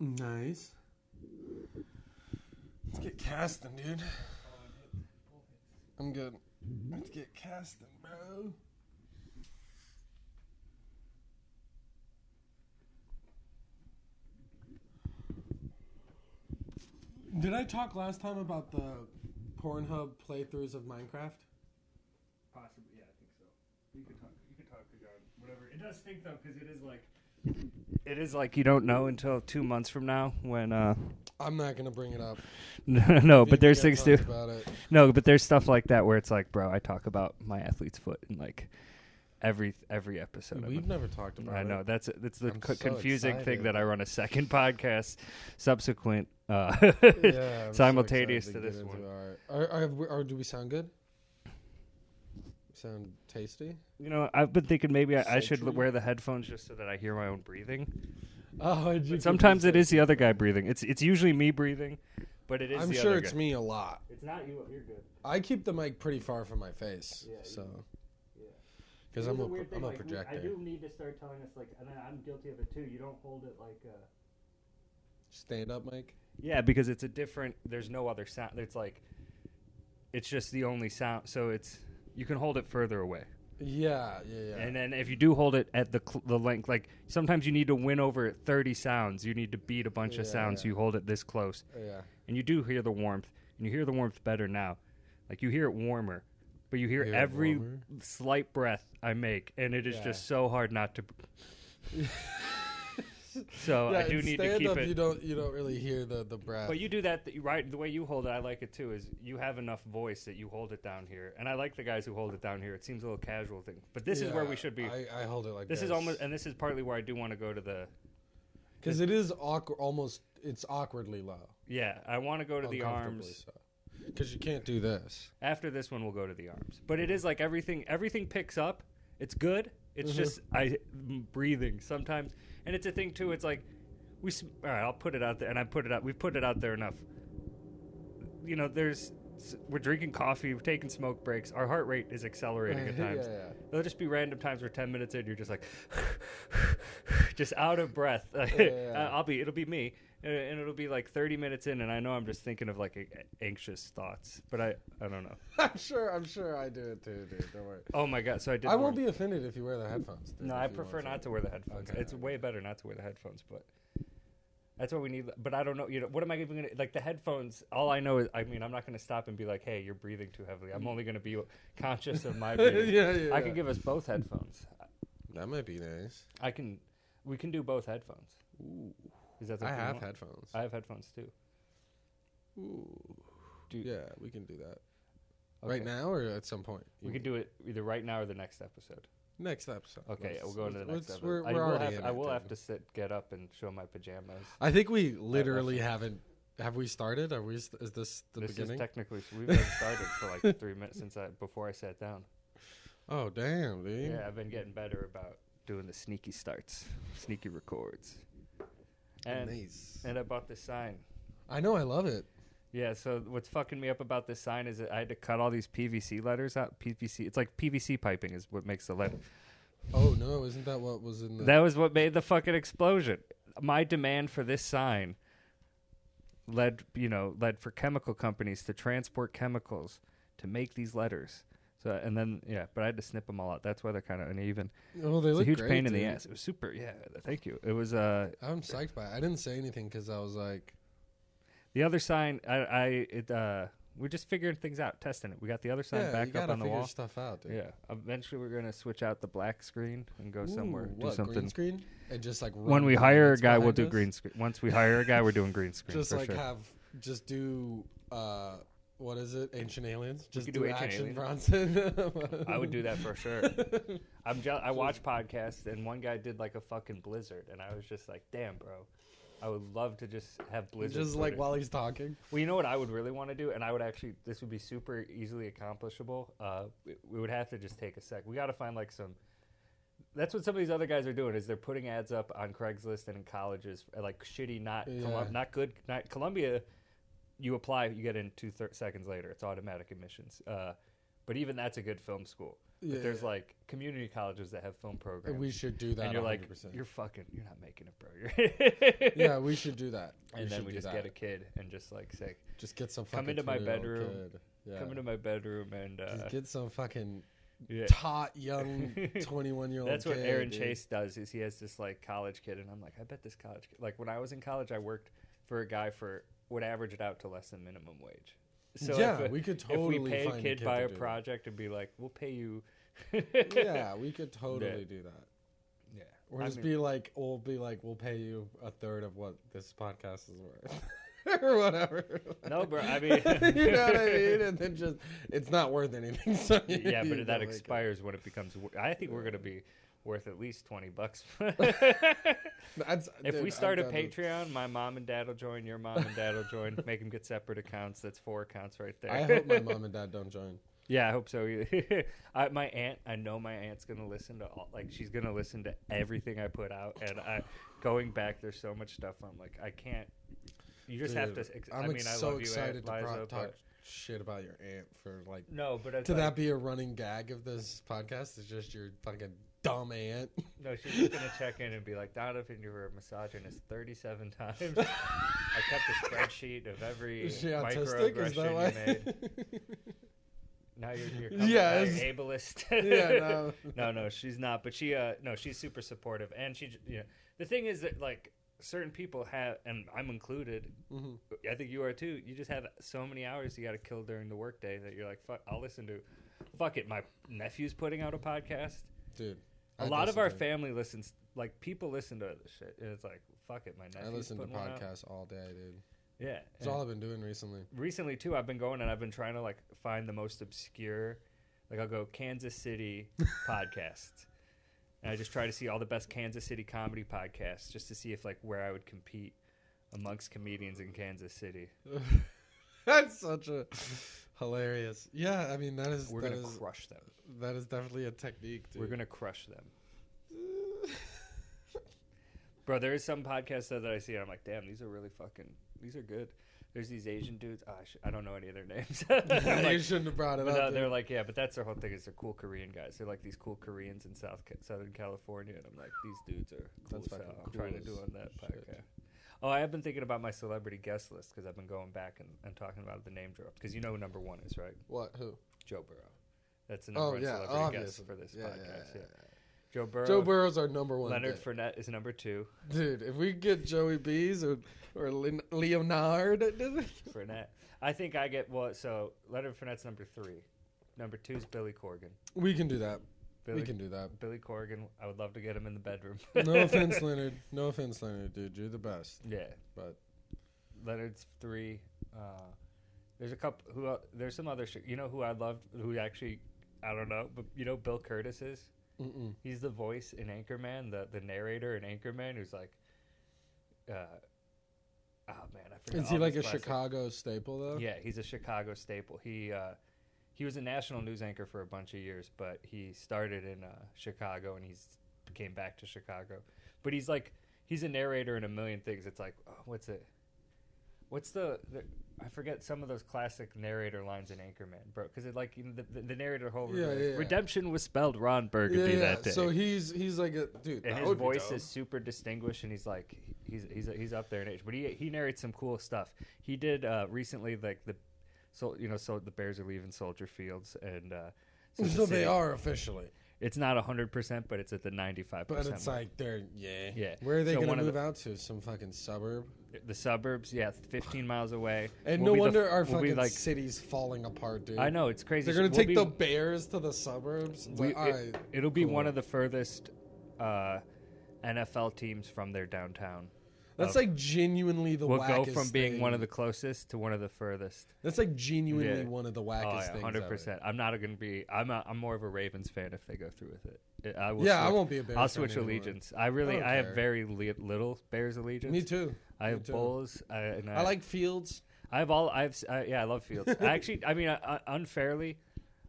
Nice. Let's get casting, dude. I'm good. Let's get casting, bro. Did I talk last time about the Pornhub playthroughs of Minecraft? Possibly, yeah, I think so. You could talk. You could talk to John. Whatever. It does stink though, because it is like. It is like you don't know until two months from now when. uh I'm not gonna bring it up. No, no We- we but there's got things talked too. about it. No, but there's stuff like that where it's like, bro, I talk about my athlete's foot in like every every episode. of We've it. never talked about I it. know that's that's the I'm co- so confusing excited. thing that I run a second podcast subsequent uh, Yeah, I'm so simultaneous to excited this get one. into our- Are, are, we- are- do we sound good? Sound tasty? You know, I've been thinking maybe I, I should Sultry. wear the headphones just so that I hear my own breathing. Oh, But sometimes it is the other guy breathing. It's it's usually me breathing, but it is I'm the sure other it's guy. me a lot. It's not you. You're good. I keep the mic pretty far from my face, Yeah, you- so yeah. because I'm a, pro- I'm a projector. I do need to start telling us like, and I'm guilty of it too. You don't hold it like. Uh, Stand up, mic. Yeah, because it's a different. There's no other sound. It's like, it's just the only sound. So it's you can hold it further away, Yeah, yeah, yeah. and then if you do hold it at the cl- the length, like sometimes you need to win over 30 sounds. You need to beat a bunch of Yeah, sounds. yeah. You hold it this close, Oh, yeah. and you do hear the warmth, and you hear the warmth better now. Like you hear it warmer, but you hear Hear it every warmer? slight breath I make, and it is Yeah. just so hard not to. so Oh, I Yeah, do in need to stand keep up, it. You don't you don't really hear the the breath. But you do that th- right. The way you hold it, I like it too. Is you have enough voice that you hold it down here, and I like the guys who hold it down here. It seems a little casual thing, but this is where Yeah, we should be. I, I hold it like this is almost, and this is partly where I do want to go to the. because it is awkward. Almost it's awkwardly low. Yeah, I want to go to the arms. Because you can't do this. After this one, we'll go to the arms. But it is like everything. Everything picks up. It's good. Mm-hmm. It's just I m- breathing sometimes, and it's a thing too. It's like we. s- All right, I'll put it out there, and I put it out. We've put it out there enough. you know, there's we're drinking coffee, we're taking smoke breaks. Our heart rate is accelerating at Yeah, times. yeah. There'll just be random times where ten minutes in, you're just like, just out of breath. Uh, yeah. I'll be, it'll be me, and- and it'll be like thirty minutes in, and I know I'm just thinking of like a- anxious thoughts, but I, I don't know. I'm sure. I'm sure I do it too, dude. Don't worry. Oh my god! So I did. I won't warn- be offended if you wear the headphones. Dude, No, if I you prefer want not to wear the headphones. Okay, it's okay. way better not to wear the headphones, but. That's what we need, but I don't know. You know, what am I even gonna like? The headphones. All I know is, I mean, I'm not gonna stop and be like, "Hey, you're breathing too heavily." I'm only gonna be conscious of my breathing. yeah, yeah. I yeah. could give us both headphones. That might be nice. I can. We can do both headphones. Ooh. Is that I something you have want? headphones. I have headphones too. Ooh. Dude. Yeah, we can do that. Okay. Right now or at some point? We could do it either right now or the next episode. Next episode. Okay, Let's- we'll go into the let's- let's- next episode. We're, I we're will, already have, in I it, will have dude. to sit, get up, and show my pajamas. I think we literally haven't. Have we started? Are we? st- Is this the this beginning? is technically we've been started for like three minutes since I before I sat down. oh damn, dude. Yeah, I've been getting better about doing the sneaky starts, sneaky records, and nice. and I bought this sign. I know. I love it. Yeah, so what's fucking me up about this sign is that I had to cut all these PVC letters out. PVC, it's like PVC piping is what makes the letter. Oh no! Isn't that what was in the? That was what made the fucking explosion. My demand for this sign led, you know, led for chemical companies to transport chemicals to make these letters. So and then yeah, but I had to snip them all out. That's why they're kind of uneven. oh, they It's look a huge great, pain in the dude. ass. It was super. Yeah, thank you. It was uh I'm psyched by it. I didn't say anything because I was like, the other sign. I I it uh we're just figuring things out, testing it. We got the other sign yeah, you back up gotta on the figure wall. stuff out, dude. Yeah. Eventually, we're gonna switch out the black screen and go somewhere, Ooh, do what, something. Green screen and just like When run we five hire a minutes guy, we'll behind do us? green screen. Once we hire a guy, we're doing green screen Just for like sure. have just do uh, what is it? Ancient aliens. Just could do, do Ancient action Aliens. Bronson. I would do that for sure. I'm jealous. I watch podcasts, and one guy did like a fucking blizzard, and I was just like, "Damn, bro, I would love to just have blizzards." Just like footage." while he's talking. Well, you know what I would really want to do, and I would actually this would be super easily accomplishable. Uh, we, we would have to just take a sec. We got to find like some. That's what some of these other guys are doing is they're putting ads up on Craigslist and in colleges uh, like shitty, not Colum- Yeah. not good, not Columbia. You apply, you get in two thir- seconds later. It's automatic admissions. Uh, but even that's a good film school. Yeah. But there's like community colleges that have film programs. We should do that. and you're like, 100%. you're fucking, you're not making it, bro. behavior. yeah, we should do that. and then should we do just that. get a kid and just like say, just get some come fucking into my 20-year-old bedroom. kid. Yeah. come into my bedroom and uh, just get some fucking yeah. taut young twenty one year old. That's what kid, Aaron dude. Chase does. Is he has this like college kid, and I'm like, I bet this college kid. Like when I was in college, I worked for a guy for would average it out to less than minimum wage. So yeah, if, a- we could if totally we pay find a kid, by to a do project and be like, we'll pay you. that. yeah, we could totally do that. yeah. Or I just mean- be like, we'll be like, we'll pay you a third of what this podcast is worth, or whatever. No, bro, I mean- you know what I mean. And then just, it's not worth anything. So you- yeah, you but that don't make it. expires when it becomes. wor- I think we're gonna be worth at least twenty bucks. That's- if dude, we I'm start a done with- Patreon, my mom and dad will join. Your mom and dad will join. Make them get separate accounts. That's four accounts right there. I hope my mom and dad don't join. Yeah, I hope so. I, my aunt, I know my aunt's gonna listen to all, like she's gonna listen to everything I put out, and I, going back, there's so much stuff. I'm like, I can't. You just have to. Dude, Ex- I'm I mean, ex- I so love excited you, to Aunt pro- Liza, talk but- shit about your aunt for like. No, but it's To like, that be a running gag of this podcast? It's just your fucking dumb aunt. No, she's just gonna check in and be like, Donovan, you were a misogynist 37 times. I kept a spreadsheet of every Is she autistic? Is that microaggression you made. why? Now you're, you're, Yeah, yeah, it's- ableist. Yeah, no. no, no, she's not. But she, uh, no, she's super supportive, and she, j- you know, the thing is that like certain people have, and I'm included. Mhm. I think you are too. You just have so many hours you got to kill during the workday that you're like, fuck, I'll listen to, fuck it. My nephew's putting out a podcast. Dude. A I lot of our listen to- family listens. Like people listen to this shit, and it's like, fuck it. My I nephew's listen to putting one out. podcasts all day, dude. Yeah, It's all I've been doing recently. recently too i've been going and i've been trying to like find the most obscure like i'll go kansas city podcasts and i just try to see all the best kansas city comedy podcasts just to see if like where i would compete amongst comedians in kansas city That's such a hilarious. Yeah, I mean that is we're that gonna is- crush them that is definitely a technique, dude. we're gonna crush them bro there is some podcasts though, that i see and i'm like damn these are really fucking these are good there's these asian dudes ah, sh- i don't know any of their names I'm you like, shouldn't have brought it But up. no, dude. they're like, yeah, but that's their whole thing. Is they're cool Korean guys. They're like these cool Koreans in South Ca- Southern California, and I'm like, these dudes are cool. That's as fucking hell. I'm cool trying to as do on that shit. podcast. Oh, I have been thinking about my celebrity guest list because I've been going back and, and talking about the name drops because you know who number one is right, what? Who? Joe Burrow. That's the number Oh one yeah, celebrity obviously guest for this Yeah, yeah, podcast. Yeah, yeah, Joe Burrow. yeah. Joe Burrow's our number one. Leonard pick. Fournette is number two. dude. If we get Joey B's or or Lin- Leonard, Fournette. I think I get what. so Leonard Fournette's number three. Number two is Billy Corgan. we can do that. Billy We can do that. Billy Corgan. I would love to get him in the bedroom. No offense, Leonard. No offense, Leonard, dude. You're the best. Yeah, But Leonard's three. Uh, there's a couple. Who el- there's some other. Sh- you know who I loved. Who actually, I don't know, but you know Bill Curtis is. mm-mm. He's the voice in Anchorman, the the narrator in Anchorman, who's like. Uh, oh man, I forgot. is he all like a these classic- Chicago staple though? Yeah, he's a Chicago staple. He uh, he was a national news anchor for a bunch of years, but he started in uh, Chicago and he's came back to Chicago. But he's like he's a narrator in a million things. It's like oh, what's it? What's the, the I forget some of those classic narrator lines in Anchorman, bro. Because it like you know, the, the, the narrator whole Yeah, yeah, yeah. redemption was spelled Ron Burgundy that day. So he's he's like a dude. and that his would be voice dope. is super distinguished, and he's like he's he's he's up there in age, but he he narrates some cool stuff. He did uh, recently like the so you know so the Bears are leaving Soldier Fields, and uh, Soldier So they City. are officially, It's not hundred percent, but it's at the ninety five but percent. it's like they're yeah. Yeah. Where are they So one gonna of move the- out to? Some fucking suburb. the suburbs, yeah, fifteen miles away. And We'll no be the- wonder our we'll be, fucking like city's falling apart, dude. I know it's crazy. They're gonna We'll take be- the Bears to the suburbs. It's we, like, all it, right, it'll be cool. one of the furthest uh, NFL teams from their downtown. That's like genuinely the uh, We'll go wackest from being thing. one of the closest to one of the furthest. That's like genuinely Yeah. one of the wackest Oh, things. yeah, ever. hundred percent. I'm not going to be. I'm. A, I'm more of a Ravens fan if they go through with it. I I will. Yeah, I switch- won't be a Bears I'll fan switch anymore. allegiance. I really. don't I, have care. very li- little Bears allegiance. Me too. I Me have too. Bulls. I, and I, I like Fields. I have all. I have. s- I, yeah, I love Fields. I actually. I mean, I, I, unfairly,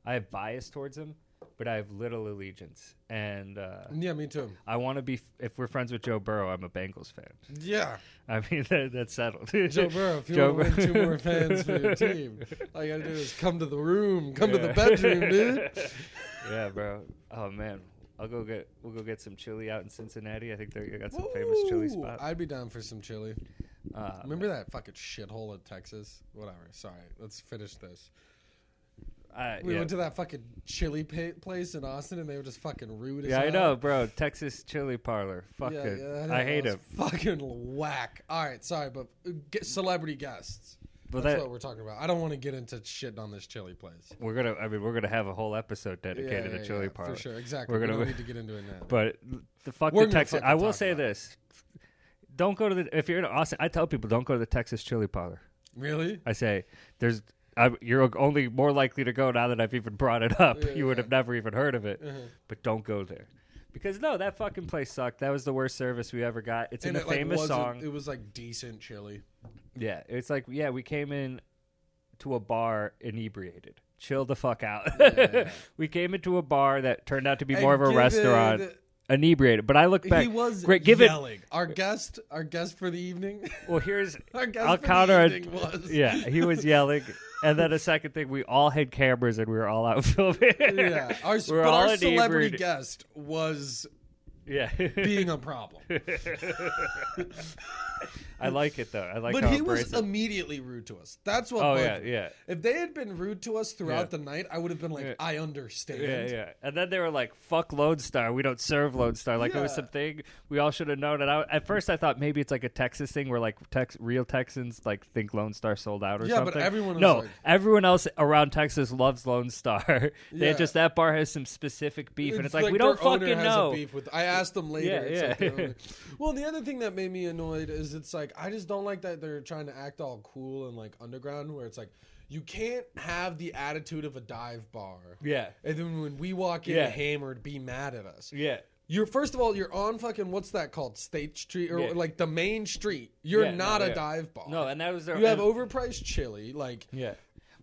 I have bias towards him, but I have little allegiance, and uh, Yeah, me too. I want to be. f- If we're friends with Joe Burrow, I'm a Bengals fan. Yeah. I mean, that, that's settled. Joe Burrow, if you Joe want to win two Burrow. more fans for your team, all you gotta do is come to the room, come to the Yeah. bedroom, dude. yeah, bro. Oh man. I'll go get we'll go get some chili out in Cincinnati. I think they got some famous chili Woo! spot. I'd be down for some chili. Uh, Remember that fucking shithole in Texas? Whatever. Sorry. Let's finish this. I, We yeah. went to that fucking chili pa- place in Austin, and they were just fucking rude. as yeah, I hell. know, bro. Texas chili parlor. Fuck Yeah, it. yeah, know. I hate That it. was Fucking whack. All right, sorry, but uh, get celebrity guests. But That's that- what we're talking about. I don't want to get into shitting on this chili place. We're gonna. I mean, we're gonna have a whole episode dedicated to chili parlor. for sure. Exactly. We're we gonna- don't need to get into it now. But the fuck We're the gonna Texas. fucking I will talk say about it. this: don't go to the. If you're in Austin, I tell people don't go to the Texas chili parlor. really? I say there's. I, you're only more likely to go now that I've even brought it up. Yeah, you would yeah. Uh-huh. have never even heard of it. But don't go there. Because no, that fucking place sucked. That was the worst service we ever got. It's in the like, famous wasn't- song. It was like decent chili. Yeah, it's like yeah, we came in to a bar inebriated. Chill the fuck out. yeah. we came into a bar that turned out to be And more of a given- restaurant. Inebriated, but I look back. He was great. Give yelling. Our guest, our guest for the evening. it. Well, here's our guest I'll for counter. the evening was. Yeah, he was yelling, and then a second thing, we all had cameras and we were all out filming. Yeah, our, We were but our all celebrity inebriated. guest was yeah. being a problem. I like it though. I like But how he was abrasive. immediately rude to us. That's what. Oh, bugged yeah, me. yeah. If they had been rude to us throughout the Yeah. night, I would have been like, Yeah. I understand. Yeah, yeah. And then they were like, "Fuck Lone Star. We don't serve Lone Star." Like it was Yeah. something we all should have known. And I, at first, I thought maybe it's like a Texas thing where like Tex, real Texans like think Lone Star sold out or Yeah, but something. everyone was no, like- everyone else around Texas loves Lone Star. they Yeah. just that bar has some specific beef, and it's like, we their don't owner fucking has a know. beef with- I asked them later. Yeah, it's yeah. like their owner- well, the other thing that made me annoyed is it's like I just don't like that they're trying to act all cool and like underground, where it's like you can't have the attitude of a dive bar. Yeah, And then when we walk in Yeah. hammered, be mad at us. yeah. You're first of all, you're on fucking what's that called? State Street or Yeah. like the main street. You're Yeah, no, not a yeah. dive bar. No, and that was their. you have and- overpriced chili. Like yeah.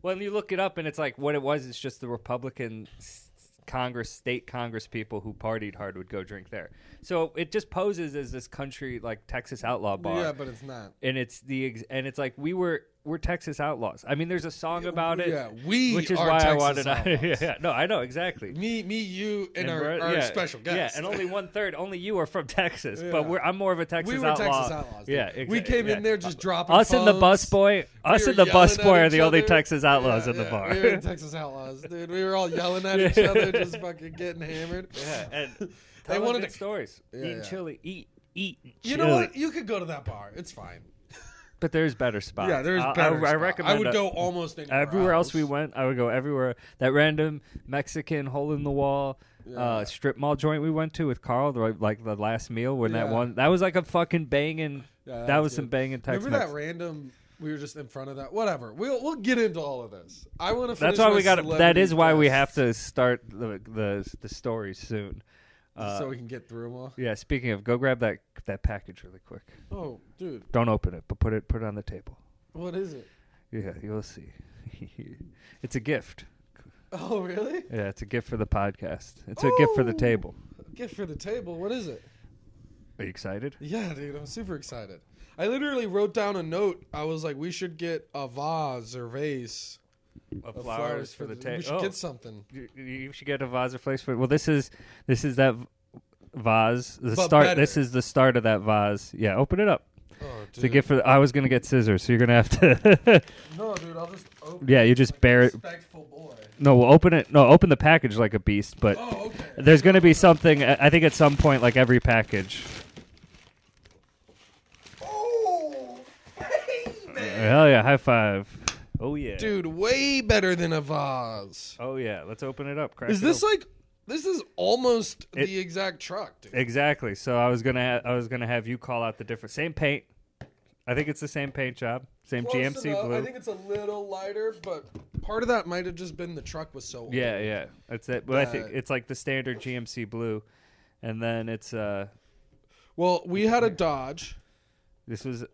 Well, and you look it up, and it's like what it was. It's just the Republican s- Congress, state Congress people who partied hard would go drink there. So it just poses as this country like Texas outlaw bar, yeah, but it's not. and it's the ex- and it's like we were we're Texas outlaws. I mean, there's a song about it, yeah, we which is are why I Texas wanted. outlaws. yeah, no, I know exactly. Me, me, you, and, our, we're- our yeah, special guest. yeah, and only one third, only you are from Texas, Yeah. but we're I'm more of a Texas we were outlaw. Texas outlaws. dude. Yeah, we exa- came yeah. in there just dropping Us and the phones. bus boy, us We and were the bus yelling at boy are each the only other. Texas outlaws Yeah, in the yeah, bar. We were Texas outlaws, dude. We were all yelling at each Yeah. other, just fucking getting hammered. Yeah, and They they wanted wanted to- stories. Yeah, eating yeah. chili, eat, eat. Chili. You know what? You could go to that bar. It's fine. But there's better spots. Yeah, there's Uh, I, better. I, I spot. recommend. I would a- go almost anywhere. everywhere else. else we went. I would go everywhere. That random Mexican hole in the wall. Uh, strip mall joint we went to with Carl, the, like the last meal when that Yeah. one that was like a fucking banging. Yeah, that, that was was some good. banging Tex Remember that random? We were just in front of that. Whatever. We'll we'll get into all of this. I want to. That's why we got. That is why we have to start the the the story soon. Uh, so we can get through them all. yeah. Speaking of, go grab that that package really quick. Oh, dude, Don't open it, but put it put it on the table. what is it? Yeah, you'll see. it's a gift. Oh, really? Yeah, it's a gift for the podcast. It's a gift for the Ooh. table. Gift for the table. What is it? Are you excited? Yeah, dude, I'm super excited. I literally wrote down a note. I was like, we should get a vase or vase of We should get something. oh. You, you should get a vase or place for. Well, this is this is that v- vase. The But start. better. This is the start of that vase. Yeah, open it up. Oh, It's a dude. gift for. The, I was gonna get scissors, so you're gonna have to. No, dude, I'll just open. yeah, you just Like a bear it. Respectful boy. No, we'll open it. No, open the package like a beast. But Oh, okay. there's gonna be something. I I think at some point, like every package. Oh, hey, man. Hell yeah! High five. Oh yeah. Dude, way better than a vase. Oh yeah. Let's open it up. Crack Is it this open. like? This is almost It- the exact truck, dude. Exactly. So I was gonna ha- I was gonna have you call out the different same paint. I think it's the same paint job, same Close GMC enough. blue. I think it's a little lighter, but part of that might have just been the truck was so old. yeah, yeah, that's it. But I think Uh, it's like the standard GMC blue, and then it's uh Well, we had a Dodge. this was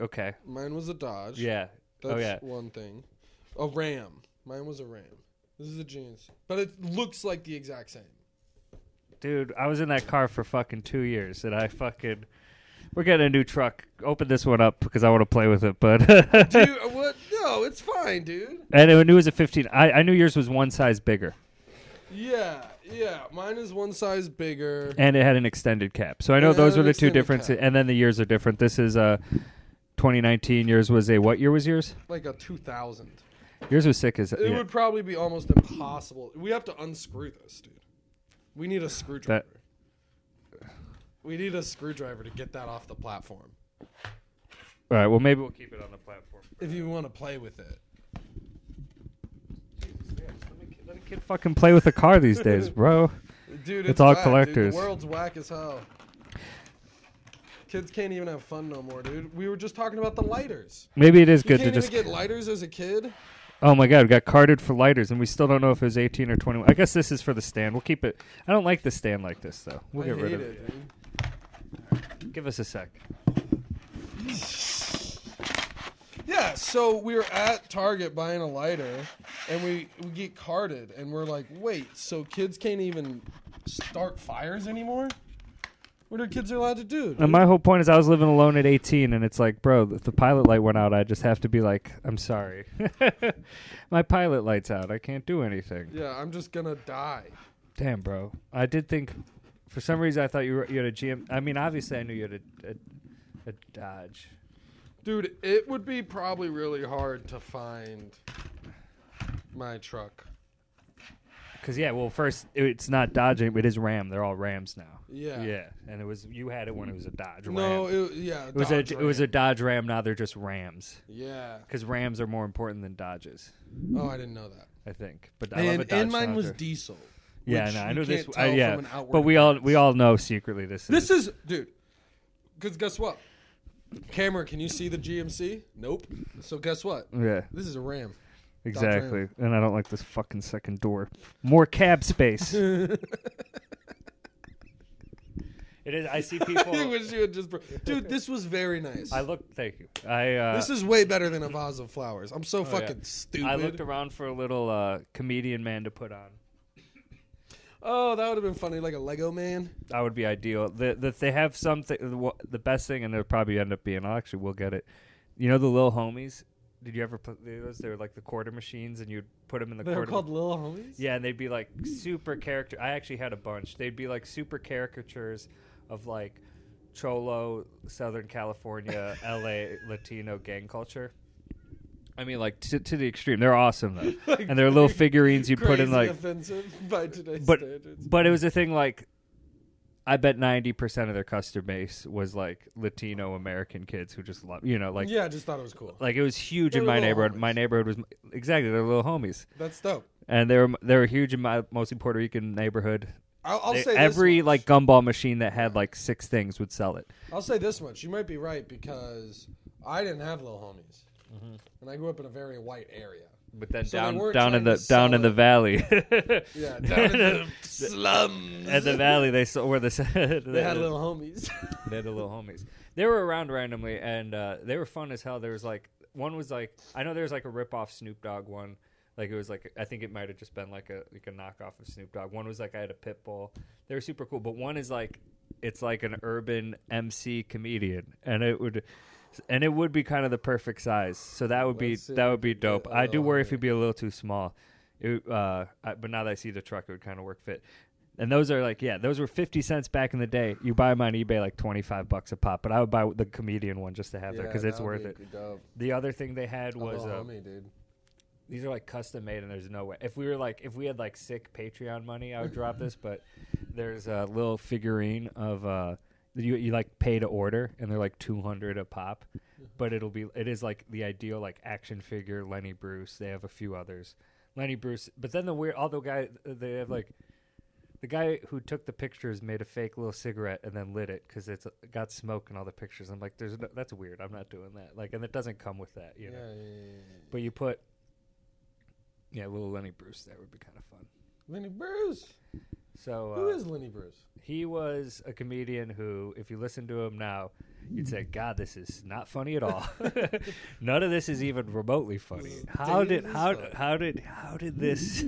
okay. Mine was a Dodge. Yeah. That's oh yeah. one thing. A Ram. Mine was a Ram. This is a GMC. But it looks like the exact same. Dude, I was in that car for fucking two years, and I fucking we're getting a new truck. Open this one up because I want to play with it, but Dude, uh, what? No, it's fine, dude. and I knew it was a fifteen. I, I knew yours was one size bigger. Yeah, yeah, mine is one size bigger. and it had an extended cap. So I know Yeah, those an were the two extended differences, cap. and then the years are different. This is uh, 2019. Yours was a what year was yours? like a 2000. Yours was sick as It yeah. would probably be almost impossible. We have to unscrew this, dude. We need a screwdriver. We need a screwdriver to get that off the platform. All right, well maybe we'll keep it on the platform. If you want to play with it. Let a kid fucking play with a car these days, bro. Dude, it's, It's all whack, Dude. collectors. The world's whack as hell. Kids can't even have fun no more, dude. We were just talking about the lighters. Maybe it is You good to can't just. even get lighters as a kid. oh my god, we got carded for lighters, and we still don't know if it was 18 or 21. I guess this is for the stand. We'll keep it. I don't like the stand like this though. We'll I get hate rid of it. it, dude. Give us a sec. Yeah, so we were at Target buying a lighter, and we, we get carded, and we're like, wait, so kids can't even start fires anymore? What are kids allowed to do? dude? And my whole point is, I was living alone at 18, and it's like, bro, if the pilot light went out, I just have to be like, I'm sorry, my pilot light's out. I can't do anything. yeah, I'm just gonna die. Damn, bro. I did think, for some reason, I thought you were, you had a GM. I mean, obviously, I knew you had a, a, a Dodge. Dude, it would be probably really hard to find my truck. Cause yeah, well, first it- it's not Dodge, it is Ram. They're all Rams now. Yeah. Yeah, and it was you had it when it was a Dodge Ram. No, it, it, yeah, it was a it was a Dodge Ram. Now they're just Rams. yeah. Cause Rams are more important than Dodges, Oh, I didn't know that. I think. But I love a And, Dodge and mine was Challenger. diesel. Yeah, which no, I you know this. can't I, tell yeah, from an outward but we all appearance. we all know secretly this is. This is, dude. Because guess what? Camera, can you see the GMC? Nope. So guess what? yeah, This is a Ram. exactly. And I don't like this fucking second door. More cab space. it is. I see I people. wish you had just. Br- Dude, this was very nice. I look. Thank you. I. Uh, this is way better than a vase of flowers. I'm so Oh, yeah. fucking stupid. I looked around for a little uh, comedian man to put on. oh, that would have been funny, like a Lego man. That would be ideal. The, the, they have something. The, wha- the best thing, and it'll probably end up being. I'll actually, we'll get it. You know the little homies. Did you ever play those? They were like the quarter machines, and you'd put them in the They're quarter. called Lil Homies. Yeah, and they'd be like super character. I actually had a bunch. They'd be like super caricatures of like Cholo, Southern California, LA Latino gang culture. I mean, like to, to the extreme. They're awesome though, Like, and they're little figurines you put in Crazy like. offensive by today's But standards. but it was a thing like. I bet ninety percent of their customer base was like Latino American kids who just love, you know, like yeah, I just thought it was cool. like it was huge They're in my little neighborhood. My homies. neighborhood was exactly they're little homies, That's dope. and they were they were huge in my mostly Puerto Rican neighborhood. I'll, I'll They- say every this much. like gumball machine that had like six things would sell it. I'll say this much: you might be right because I didn't have little homies, and I grew up in a very white area. But then So they down weren't down trying in the to down sell in the it. valley, Yeah, down in the slums. at the valley they sold where the they, They had little homies. they had the little homies. They were around randomly and uh, they were fun as hell. There was like one was like I know there was like a rip off Snoop Dogg one. Like it was like I think it might have just been like a like a knockoff of Snoop Dogg. One was like I had a pit bull. They were super cool, but one is like it's like an urban MC comedian, and it would and it would be kind of the perfect size. So that would be Let's see that if would we be can dope. get a I do little worry if higher. it'd be a little too small. It, uh, I, but now that I see the truck, it would kind of work fit. And those are like, yeah, those were fifty cents back in the day. You buy them on eBay like twenty five bucks a pop, but I would buy the comedian one just to have there because it's worth it. The other thing they had was uh, dude. these are like custom made, and there's no way. If we were like, if we had like sick Patreon money, I would drop this. But there's a little figurine of uh, you you like pay to order, and they're like two hundred a pop. But it'll be it is like the ideal like action figure Lenny Bruce. They have a few others, Lenny Bruce. But then the weird, all the guy they have like the guy who took the pictures made a fake little cigarette and then lit it because it's got smoke in all the pictures. I'm like, there's no, that's weird. I'm not doing that. Like, and it doesn't come with that, you Yeah, know. yeah, yeah, But you put, yeah, little Lenny Bruce there would be kind of fun. yeah. Lenny Bruce. So uh, Who is Lenny Bruce? he was a comedian who, if you listen to him now, you'd say, "God, this is not funny at all. None of this is even remotely funny. This is How did dangerous how stuff. how did how did this?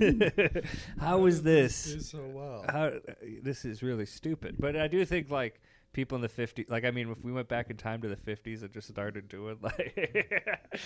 how was Do this? so well. How this is really stupid." But I do think like people in the 50s like i mean if we went back in time to the 50s and just started doing like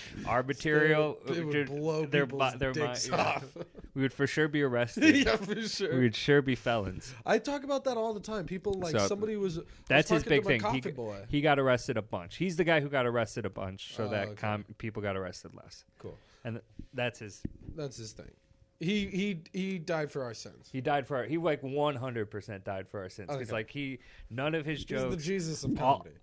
our material It would dude, blow people's mi- mi- dicks yeah. off. we would for sure be arrested yeah, for sure. we would sure be felons I talk about that all the time. People like So, somebody was. that's was his big talking thing to my he, Coffee g- boy. he got arrested a bunch he's the guy who got arrested a bunch so Oh, that okay. com- people got arrested less Cool. and th- that's his That's his thing. He he he died for our sins. he died for our, he like 100% died for our sins because Okay. like he none of his He's jokes the Jesus of all- comedy.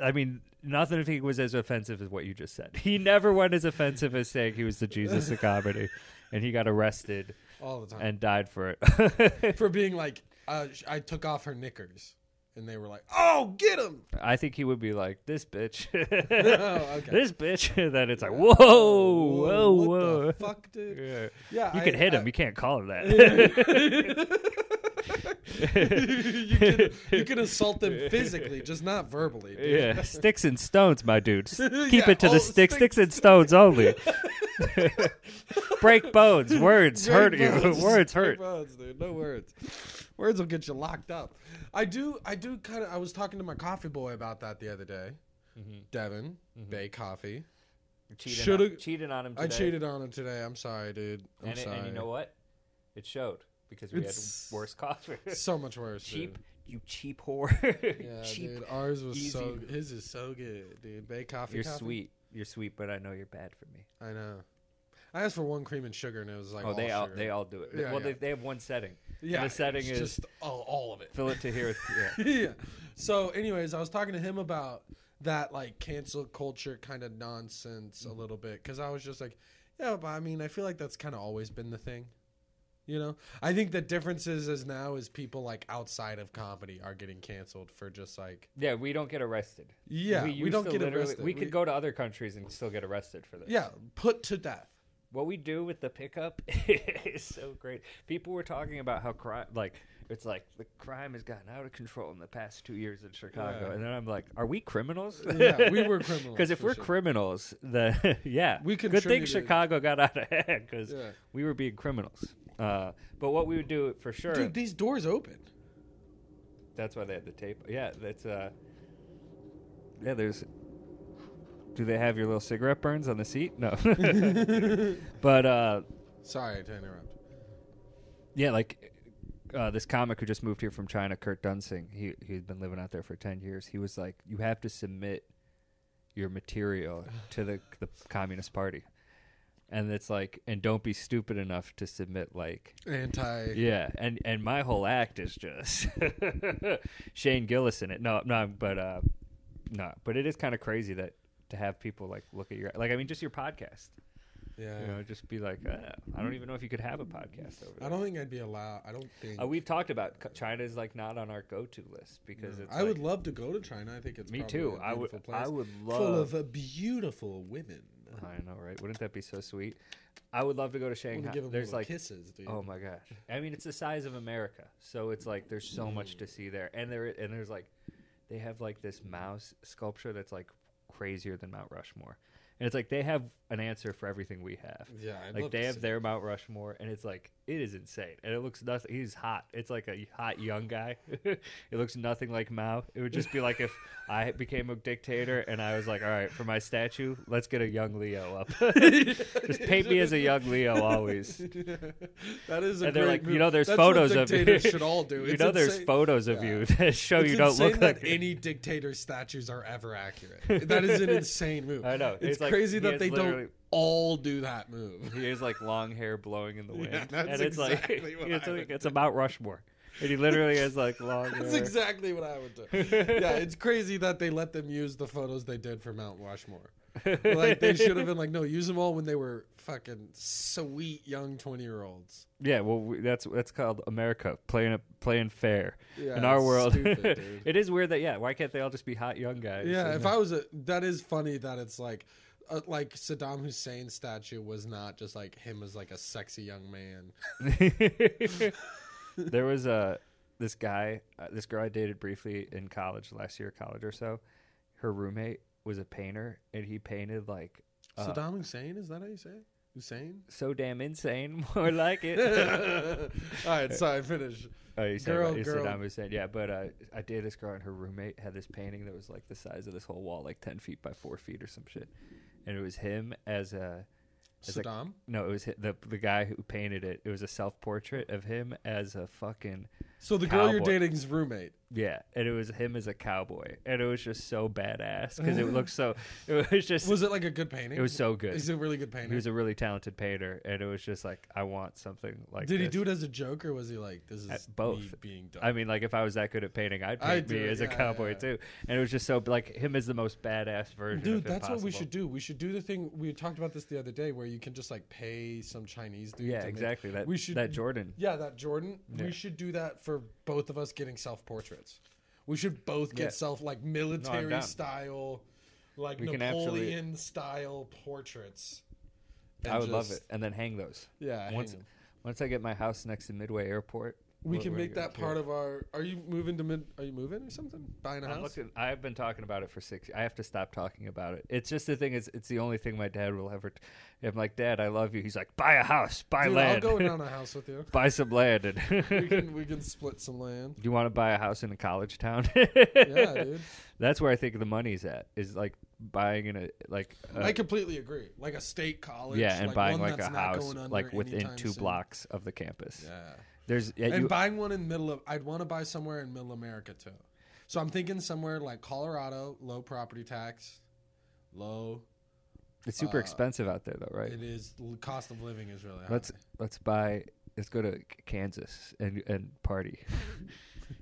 I mean, nothing I think was as offensive as what you just said. He never went as offensive as saying he was the Jesus of comedy, and he got arrested all the time. and died for it. for being like, uh, sh- I took off her knickers, and they were like, "Oh, get him!" I think he would be like this bitch, okay. this bitch. And then it's like, whoa, whoa, what whoa. the fuck, dude? Yeah. Yeah, You I- can hit I- him. you can't call him that. you, can, you can assault them physically, just not verbally. dude. yeah, sticks and stones, my dude. S- Keep Yeah, it to all the sticks, sticks- sticks and stones only. Break bones. Words Great hurt bones. you. Words Great hurt. bones, dude. No words. Words will get you locked up. I do. I do. Kind of. I was talking to my coffee boy about that the other day. Mm-hmm. Devin Bay Coffee. Cheating Shoulda- on, cheating on him. Today. I cheated on him today. I'm sorry, dude. I'm and, it- sorry. and you know what? It showed because we It's- had worse coffee. So much worse. cheap, dude. you cheap whore. Yeah, cheap. dude. Ours was easy. so. His is so good, dude. Bay Coffee. You're coffee? sweet. You're sweet, but I know you're bad for me. I know. I asked for one cream and sugar, and it was like, Oh, all they all sugar. they all do it. Yeah, well, yeah. They, they have one setting. And Yeah, the setting it's is just all, all of it. fill it to here. With, yeah. yeah. So, anyways, I was talking to him about that like cancel culture kind of nonsense Mm-hmm. a little bit because I was just like, yeah, but I mean, I feel like that's kind of always been the thing. You know, I think the difference is, is now is people like outside of comedy are getting canceled for just like yeah, we don't get arrested. yeah, we, used don't to get literally- arrested. We, could go to other countries and still get arrested for this. yeah, put to death. what we do with the pickup is so great. People were talking about how crime, like it's like the crime has gotten out of control in the past two years in Chicago, Yeah. and then I'm like, are we criminals? Yeah, we were criminals, Because if for we're sure. criminals, the yeah, We good thing contributed. Chicago got out of hand because Yeah. we were being criminals. Uh, but what we would do for sure, Dude, these doors open. that's why they had the tape. Yeah, that's uh, yeah. There's. Do they have your little cigarette burns on the seat? No, but uh, Sorry to interrupt. Yeah, like uh, this comic who just moved here from China, Kurt Dunsing. He he'd been living out there for ten years. He was like, you have to submit your material to the the Communist Party, and it's like, and don't be stupid enough to submit like. Anti. Yeah, and and my whole act is just Shane Gillis in it. No, no, but uh, no, but it is kind of crazy that to have people like look at your like. I mean, just your podcast. yeah. You know, just be like, uh, I don't even know if you could have a podcast over. I don't think I'd be allowed. I don't think. Uh, we've talked about c- China's like not on our go-to list because it's Mm. I would like- love to go to China. I think it's Me probably too. a I would- beautiful I place would full love- Uh-huh. of uh, beautiful women. I know, right? Wouldn't that be so sweet? I would love to go to I want Shanghai. to give them There's like kisses, dude. Oh my gosh. I mean, it's the size of America. So it's like there's so much Mm. to see there. And there and there's like they have like this mouse sculpture that's like crazier than Mount Rushmore. And it's like they have an answer for everything we have. Yeah, I'd like love they to have see their Mount Rushmore and it's like it is insane. And it looks nothing he's hot. It's like a hot young guy. it looks nothing like Mao. It would just be like if I became a dictator and I was like, "All right, for my statue, let's get a young Leo up." just paint me as a young Leo always that is a and they're great like, move. you know, there's That's photos what of you. dictators should all do. you It's know, there's insane. photos of Yeah. you that show It's you don't insane look that like it. any dictator statues are ever accurate. That is an insane move. I know. It's, It's like crazy he that has they don't literally- all do that move. He has like long hair blowing in the wind, that's and it's exactly like what it's, I like would it's about Rushmore, and he literally has like long hair. That's exactly what I would do. yeah, it's crazy that they let them use the photos they did for Mount Rushmore. Like they should have been like, no, use them all when they were fucking sweet young twenty year olds. Yeah, well, we, that's that's called America playing it playing fair Yeah, in our it's world. stupid, dude. it is weird that yeah, why can't they all just be hot young guys? Yeah, And if I was a, that is funny that it's like, uh, like Saddam Hussein's statue was not just like him as like a sexy young man. there was a this guy, uh, this girl I dated briefly in college last year, college or so. Her roommate was a painter, and he painted like uh, Saddam Hussein is that how you say it? Hussein? So damn insane, more like All it. right, sorry, finish. oh, you said, Girl, you said girl. I'm Hussein. Yeah, but uh, I dated this girl, and her roommate had this painting that was like the size of this whole wall, like ten feet by four feet or some shit. And it was him as a It's like- Saddam? no, it was hi- the the guy who painted it. It was a self portrait of him as a fucking So the girl you're Cowboy. dating's roommate. yeah, and it was him as a cowboy, and it was just so badass because it looked so. It was just Was it like a good painting? it was so good. He's a really good painter. He was a really talented painter, and it was just like I want something like. Did he this. do it as a joke or was he like, this is At both. me being dumb? I mean, like if I was that good at painting, I'd paint I'd do me it, as a yeah, cowboy yeah. too. And it was just so like him as the most badass version. Dude, of him that's what we possible. should do. We should do the thing we talked about this the other day, where you can just like pay some Chinese dude. Yeah, to make- exactly. That we should- that Jordan. Yeah, that Jordan. Yeah. We should do that for both of us getting self portraits. We should both get Yeah. self like military down. style, like We can absolutely- Napoleon style portraits. I would love just- it, and then hang those. Yeah, Once hang 'em. once I get my house next to Midway Airport, we we're- can we're make gonna that do part it. of our. Are you moving to mid? Are you moving or something? Buying a I'm house? looking, I've been talking about it for six. I have to stop talking about it. It's just the thing is, it's the only thing my dad will ever. T- I'm like, Dad, I love you. He's like, buy a house, buy Dude, I'll land, go down a house with you. buy some land. and- We can we can split some land. Do you want to buy a house in a college town? Yeah, dude. That's where I think the money's at. Is like buying in a like a- I completely agree. Like a state college. yeah, and buying one like a that's not house going under like within anytime two soon. blocks of the campus. Yeah. There's yeah, and you, buying one in the middle of I'd want to buy somewhere in middle America too. So I'm thinking somewhere like Colorado, low property tax, low. it's super uh, expensive out there though, right? It is the cost of living is really high. Let's let's buy. Let's go to K- Kansas and and party.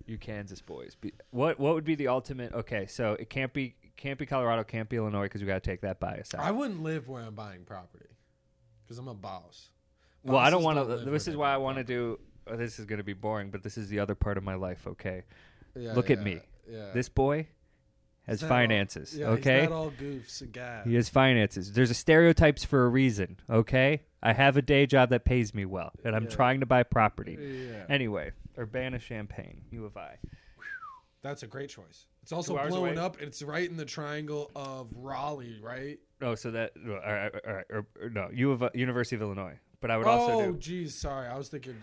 you Kansas boys. Be, what what would be the ultimate? Okay, so it can't be can't be Colorado, can't be Illinois because we got to take that bias out. I wouldn't live where I'm buying property because I'm a boss. well, I don't Bosses want to. live where This they is why buy I want to do. oh, this is going to be boring, but this is the other part of my life. Okay, property. Yeah, look at yeah, me. Yeah. this boy has He's not all- finances. yeah, okay, He's not all goofs and gaffs. He has finances. There's a stereotypes for a reason, okay? I have a day job that pays me well, and I'm Yeah. trying to buy property. Yeah. Anyway, Urbana Champaign, U of I. That's a great choice. It's also Two hours blowing away. up. It's right in the triangle of Raleigh, right? Oh, so that all right, all right, or, or no, U of uh, University of Illinois. But I would also Oh, do geez, sorry. I was thinking.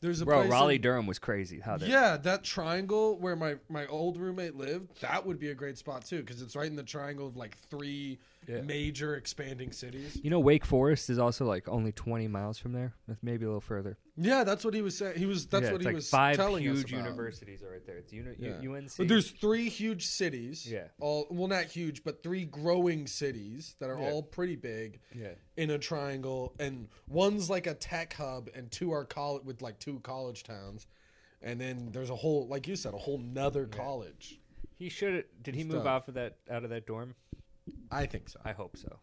There's a Bro, place Raleigh in- Durham was crazy. How that Yeah, that triangle where my my old roommate lived, that would be a great spot too because it's right in the triangle of like three Yeah. major expanding cities. You know Wake Forest is also like only 20 miles from there, maybe a little further. Yeah, that's what he was saying. He was that's yeah, what it's he like was five telling huge us about. universities are right there. It's uni- Yeah. U- UNC. But there's three huge cities. Yeah. All well, not huge, but three growing cities that are Yeah. all pretty big. Yeah. In a triangle, and one's like a tech hub, and two are college with like two college towns, and then there's a whole, like you said, a whole nother college. he should did he It's move tough. off of that out of that dorm? I think so. I hope so.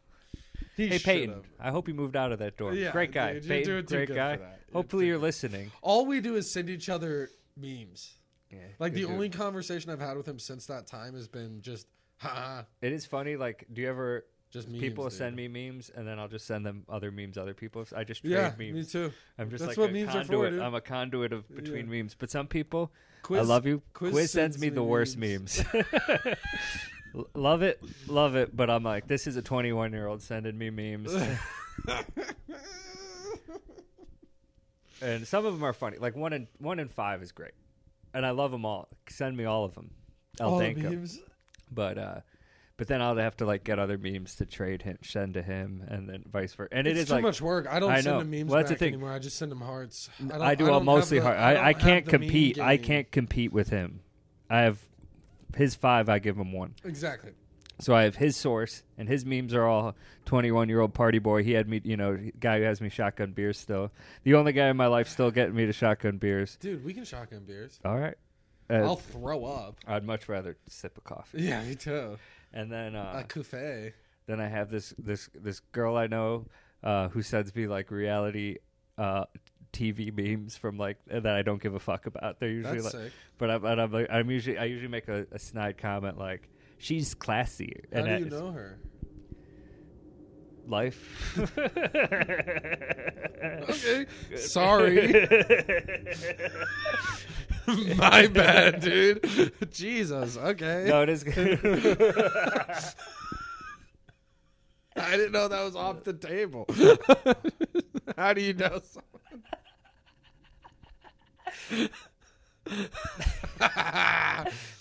He Hey should've. Peyton, I hope you moved out of that door. Yeah, great guy, dude, you're Peyton, doing too great good guy. for that. You're Hopefully you're listening. All we do is send each other memes. Yeah, Like the good dude. only conversation I've had with him since that time has been just ha, ha it is funny. Like, do you ever? just memes. people dude. send me memes, and then I'll just send them other memes. Other people. I just trade Yeah, memes. me too. I'm just That's like what a memes are for, conduit. dude. I'm a conduit of between memes. But some people, I Quiz- love you. Quiz, Quiz sends sends me me the worst memes. L- love it, love it. But I'm like, this is a 21 year old sending me memes, and some of them are funny. Like one in one in five is great, and I love them all. Send me all of them. I'll All thank 'em. memes. but uh but then I'll have to like get other memes to trade him, send to him, and then vice versa. And it it's is too like much work. I don't I know. send him memes Well, that's back the thing. anymore. I just send him hearts. I, don't- do don't all have mostly the- hard. I, don't I have can't the meme compete. I game. can't compete with him. I have his five. I give him one. Exactly. So I have his source, and his memes are all twenty-one year old party boy. He had me, you know, guy who has me shotgun beers still. The only guy in my life still getting me to shotgun beers. Dude, we can shotgun beers. All right. I'll Uh, throw up. I'd much rather sip a coffee. Yeah, me too. And then uh, A couffee. then I have this this this girl I know uh, who sends me like reality uh, TV memes from like that I don't give a fuck about. They're usually That's like, sick. but I'm, and I'm like I'm usually I usually make a, a snide comment like she's classy How and do you that's know her? life. Okay. Sorry. My bad, dude. Jesus. Okay. no, it is. I didn't know that was off the table. How do you know? someone?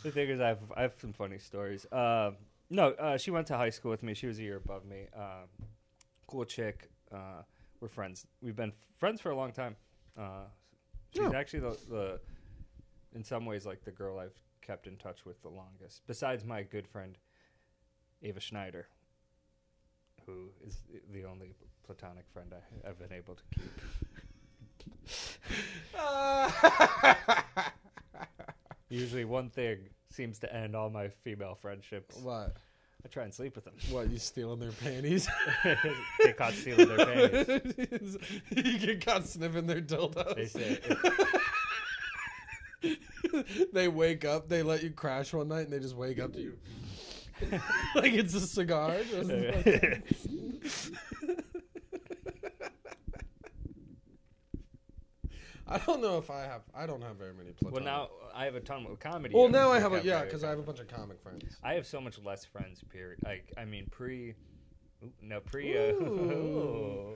the thing is, I have, I have some funny stories. Um no, uh, she went to high school with me. She was a year above me. Um cool chick. Uh, we're friends. We've been friends for a long time. Uh, she's Yeah. actually the, the, in some ways, like the girl I've kept in touch with the longest, besides my good friend Ava Schneider, who is the only platonic friend I have been able to keep. Usually, one thing seems to end all my female friendships. what? I try and sleep with them. What? You stealing their panties? Get caught stealing their panties. you get caught sniffing their dildos. They say they wake up, they let you crash one night, and they just wake up to you. like it's a cigar. just- I don't know if I have. I don't have very many. Platonic. well, now I have a ton of comedy. Well, now I have a vocabulary. yeah, because I have a bunch of comic friends. I have so much less friends. Period. Like, I mean, pre, ooh, no pre. Uh, Ooh.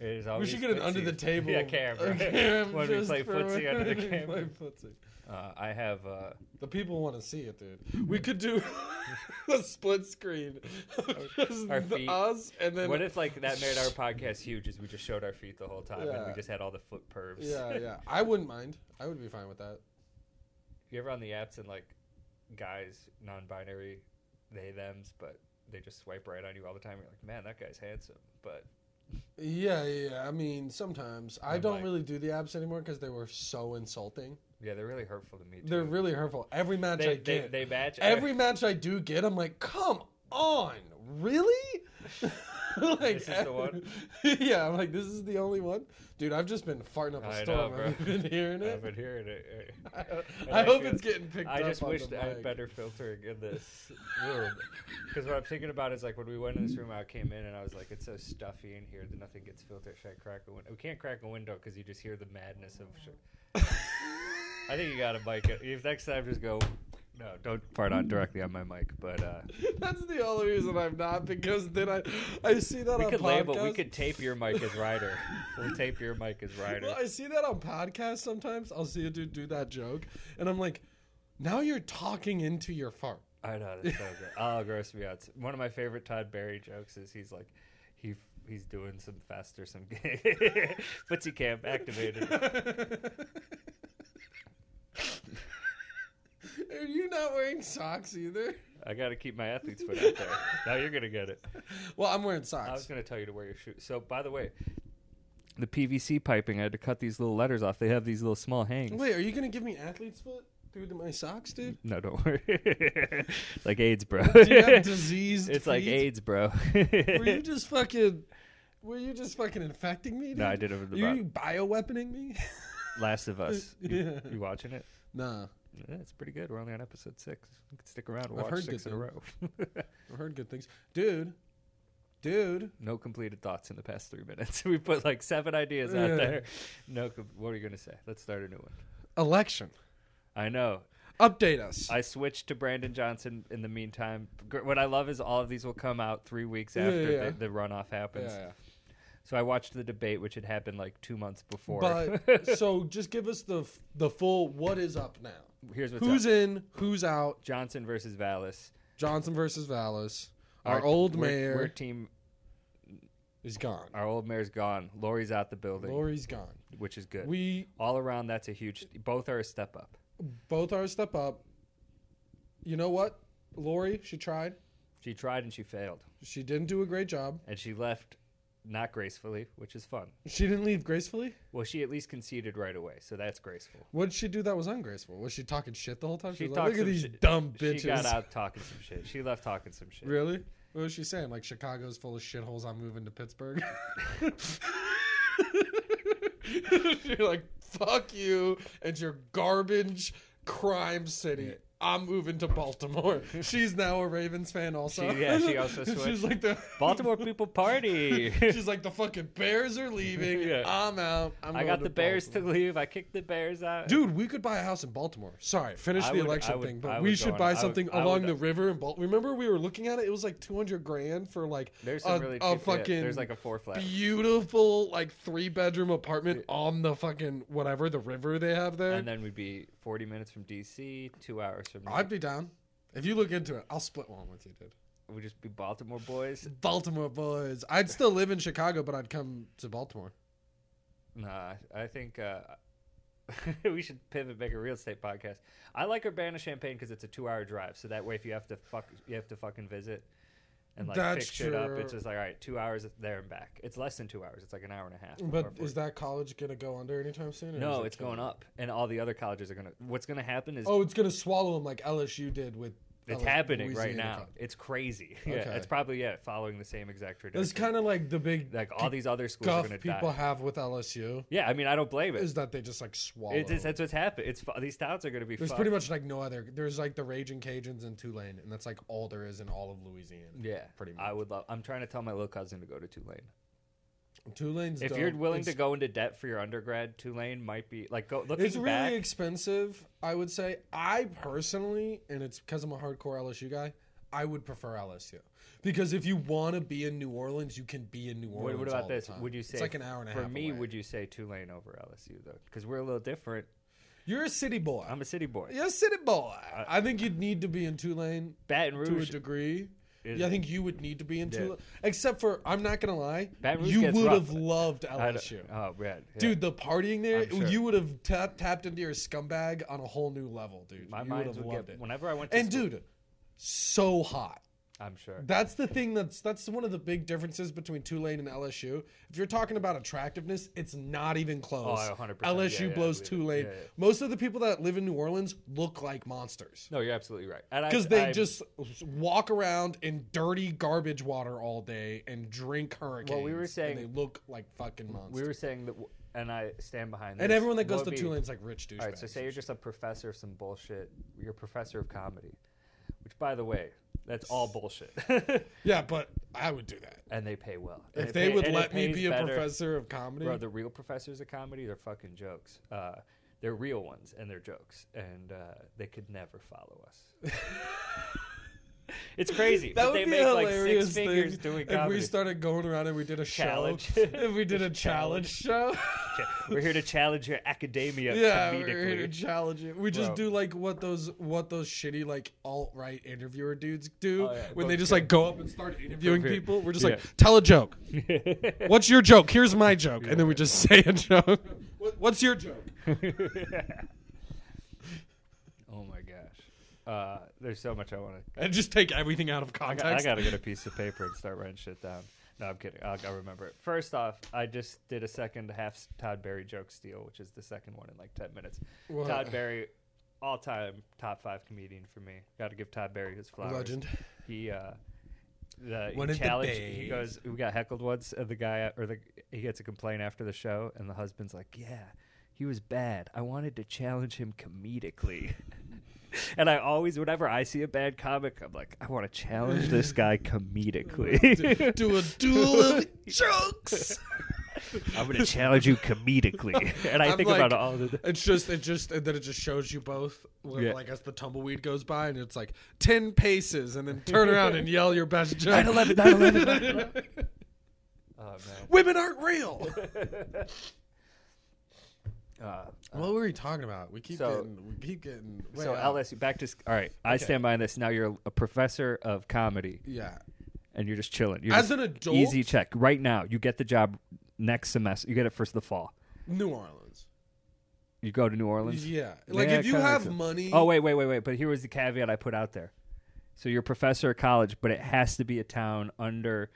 it is We always should get an footsie. under the table. Yeah, camera. a cam when we just play for footsie when under the we play camera. footsie. Uh, I have. Uh, The people want to see it, dude. We could do a split screen of just Our the- feet. us and then what if like that made our podcast huge? Is we just showed our feet the whole time and we Yeah. just had all the foot pervs. Yeah, yeah. I wouldn't mind. I would be fine with that. you ever on the apps and like guys non-binary they them's but they just swipe right on you all the time you're like man that guy's handsome but Yeah, yeah. yeah. I mean, sometimes I I'm don't like- really do the apps anymore because they were so insulting. yeah they're really hurtful to me too. They're really hurtful. Every match they, I they, get, they match every match I do get, I'm like, come on, really? This is the one? yeah, I'm like, this is the only one, dude. I've just been farting up a I know, storm. bro. I've been hearing I've it. been hearing it. I, I hope feel- it's getting picked I up. just on wish the that I had mic. better filtering in this room. Because what I'm thinking about is like when we went in this room, I came in and I was like, it's so stuffy in here that nothing gets filtered. Should I crack a window? We can't crack a window because you just hear the madness of. Sh- I think you got to mic it. If next time, just go. No, don't fart on directly on my mic. But uh, That's the only reason I'm not because then I, I see that we on could label. We podcasts. could tape your mic as Ryder. we'll tape your mic as Ryder. Well, I see that on podcasts sometimes. I'll see a dude do that joke, and I'm like, now you're talking into your fart. I know that's so good. Oh, gross me out. One of my favorite Todd Barry jokes is he's like, he he's doing some fest or some footsie camp activated. Are you not wearing socks either? I got to keep my athlete's foot out there. Now you're gonna get it. Well, I'm wearing I was socks. gonna tell you to wear your shoes. So by the way, the PVC piping, I had to cut these little letters off. They have these little small hangs. Wait, are you gonna give me athlete's foot through to my socks, dude? No, don't worry. like AIDS, bro. Do you have diseased it's like feet? AIDS, bro. Were you just fucking? Were you just fucking infecting me? Dude? no, I did it with Are the you you... bioweaponing me? Last of Us. Yeah. You, you watching it? nah, Yeah, it's pretty good. We're only on episode six. We could stick around and I've watch heard six good in a row. I've heard good things, dude. Dude, no completed thoughts in the past three minutes. we put like seven ideas out Yeah. there. No, com- what are you gonna say? Let's start a new one. election. I know. Update us. I switched to Brandon Johnson in the meantime. Gr- What I love is all of these will come out three weeks Yeah, after yeah, yeah. The, the runoff happens. yeah. So I watched the debate, which had happened like two months before. But so just give us the f- the full what is up now. Here's what's who's up. in? Who's out? Johnson versus Vallis. Johnson versus Vallis. Our, old we're- mayor We're team. is gone. Our old mayor's gone. Lori's out the building, Lori's gone. which is good. We all around that's a huge both are a step up both are a step up. You know what? Lori, she tried. she tried and she failed She didn't do a great job. and she left not gracefully which is fun She didn't leave gracefully. well she at least conceded right away so that's graceful What did she do that was ungraceful? Was she talking shit the whole time? she She was like, look some at these shit- dumb bitches. she got out talking some shit she left talking some shit Really? What was she saying? Like Chicago's full of shitholes. I'm moving to Pittsburgh. You're like, fuck you and your garbage crime city. I'm moving to Baltimore. She's now a Ravens fan, also. She- yeah, she also She's switched. like the Baltimore people party. She's like the fucking Bears are leaving. Yeah. I'm out. I'm I going got to the Bears Baltimore." to leave. I kicked the Bears out. Dude, we could buy a house in Baltimore. Sorry, finish I the would- I election would- thing, I but would we go should on- I buy would- something I would along go. the river in Baltimore. Remember we were looking at it? It was like 200 grand for like There's some a, really cheap a hit. fucking There's like a four flat. beautiful like three bedroom apartment on the fucking whatever the river they have there. And then we'd be 40 minutes from DC, two hours from. I'd be down. If you look into it, I'll split one with you, dude. We'd just be Baltimore boys. Baltimore boys. I'd still live in Chicago, but I'd come to Baltimore. Nah, I think uh, we should pivot, make a real estate podcast. I like Urbana Champaign because it's a two-hour drive, so that way if you have to fuck, you have to fucking visit and like That's pick shit up. true. It's just like all right, two hours there and back. It's less than two hours. It's like an hour and a half. But is that college gonna go under anytime soon? or is no, it it's gonna- going up, and all the other colleges are gonna. What's gonna happen is Oh, it's gonna swallow them like LSU did with. it's LSU happening right Louisiana now. College. It's crazy. Yeah, Okay. it's probably yeah following the same exact trajectory. That's kind of like the big like all these other schools are guff gonna people die. have with LSU Yeah, I mean I don't blame it. is that they just like swallow. It's just, that's what's happened. It's fu- these towns are gonna be. there's fucked. pretty much like no other. There's like the Raging Cajuns in Tulane, and that's like all there is in all of Louisiana. Yeah, pretty I would love. I'm trying to tell my little cousin to go to Tulane. Tulane's If dope. you're willing It's- to go into debt for your undergrad, Tulane might be like go looking It's really back. expensive, I would say. I personally, and it's because I'm a hardcore LSU guy, I would prefer LSU because if you want to be in New Orleans, you can be in New what, Orleans. what all about the this? time. Would you say it's like an hour and a for half? me? away. Would you say Tulane over LSU though? Because we're a little different. you're a city boy? I'm a city boy. you're a city boy. I think you'd need to be in Tulane Baton to a Rouge. degree. is- Yeah, I think you would need to be in Yeah. Tulane. Except for, I'm not gonna lie, Baton Rouge you gets would rough. have loved I don't- LSU. Oh man, yeah. Dude, the partying there, I'm sure. you would have tap, tapped into your scumbag on a whole new level, dude. my you would mind have would loved get it. whenever I went. To And school, dude, so hot. I'm sure. That's the thing that's that's one of the big differences between Tulane and LSU. If you're talking about attractiveness, it's not even close. Oh, 100%. LSU Yeah, yeah, I blows believe it. Tulane. Yeah, yeah. Most of the people that live in New Orleans look like monsters No, you're absolutely right. And I- because they I- just walk around in dirty garbage water all day and drink hurricanes. were and saying- they look like fucking monsters. we were saying that, w- and I stand behind. This. and everyone that What goes would to be- Tulane's like rich douchebags. All right, so say you're just a professor of some bullshit. You're a professor of comedy, which, by the way, that's all bullshit. yeah, but I would do that and they pay well. And if it they pay- would and it let me pays be a better- professor of comedy. Bro, the real professors of comedy, they're fucking jokes. Uh, they're real ones, and they're jokes, and uh, they could never follow us. it's crazy. That but would they be make a like hilarious six figures thing doing If we comedy. started going around and we did a Challenge. show, if we did a challenge Challenge. show, We are here to challenge your academia yeah, we're comedically. here to challenge it. We just Bro. do like what those what those shitty like alt right interviewer dudes do Oh, yeah. when Look, they just like go up and start interviewing Here. people. We're just like, Yeah. tell a joke. What's your joke? Here's my joke, and then we just say a joke. What- What's your joke? oh my gosh. Uh, there's so much I want to And just take everything out of I context. got- I gotta get a piece of paper and start writing shit down. No, I'm kidding. I'll, I'll remember it. First off, I just did a second half s- Todd Berry joke steal, which is the second one in like 10 minutes. What? Todd Berry, all time top five comedian for me. Got to give Todd Berry his flowers. Legend. He, uh, the, One of he the challenged. He babes. goes, "We got heckled once." Uh, the guy, or the he gets a complaint after the show, and the husband's like, "Yeah, he was bad. I wanted to challenge him comedically." and I always, whenever I see a bad comic, I'm like, "I want to challenge this guy comedically. do a duel of jokes. I'm going to challenge you comedically." and I I'm think like- about all the. It's just it just and then it just shows you both when, Yeah. like as the tumbleweed goes by and it's like ten paces and then turn around and yell your best joke. 9/11, 9/11, 9/11. Oh Women aren't real. man. Uh, what were we talking about? We keep So- getting we keep getting way so off. LSU back to sc- all right. I stand by this. Now you're a professor of comedy. Yeah. and you're just chilling. You're As just an adult- easy check right now. You get the job next semester. You get it first the fall. New Orleans. You go to New Orleans. Yeah. Like Yeah, if you kinda have like that. money Oh wait, wait, wait, wait. But here was the caveat I put out there. So you're a professor of college, but it has to be a town under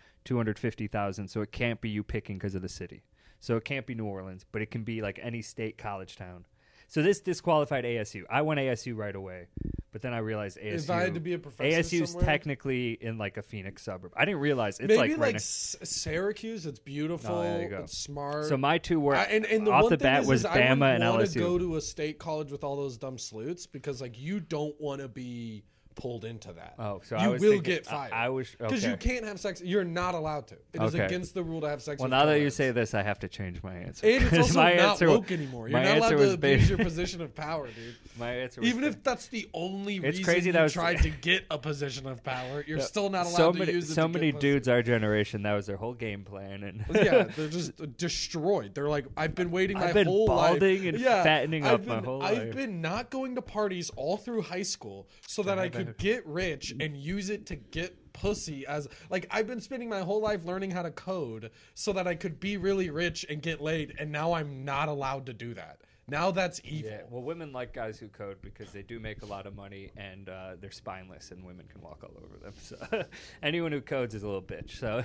250,000. So it can't be you picking because of the city. So it can't be New Orleans, but it can be like any state college town. So this disqualified ASU. I went ASU right away, But then I realized ASU. If I had to be a professor ASU's somewhere- technically in like a Phoenix suburb. I didn't realize it's Maybe like, like, right next. S- Syracuse. It's beautiful. Oh, there you go. It's smart. So my two were I- and, and the off one the thing bat is, was is I wouldn't Bama and wanna LSU. Go to a state college with all those dumb sleuts because like you don't want to be pulled into that. Oh, so you I was will thinking- get I- fired. I was- because you okay. can't have sex. You're not allowed to. It is Okay. against the rule to have sex. well, with now that you minors. say this, I have to change my answer. and it's 'Cause also my not answer, woke anymore. You're my not answer allowed was to abuse your ba- position of power, dude. my answer was Even ba- if that's the only It's reason crazy you that was- tried to get a position of power, you're still not allowed so to many, use it. so to many get pussy. dudes our generation that was their whole game plan and yeah, they're just destroyed. They're like, I've been waiting my I've been whole life. balding and yeah, fattening I've up been, my whole I've life. been not going to parties all through high school so that I could get rich and use it to get pussy as like I've been spending my whole life learning how to code so that I could be really rich and get laid and now I'm not allowed to do that. Now that's evil. Yeah, well, women like guys who code because they do make a lot of money and uh, they're spineless, and women can walk all over them. So anyone who codes is a little bitch. So,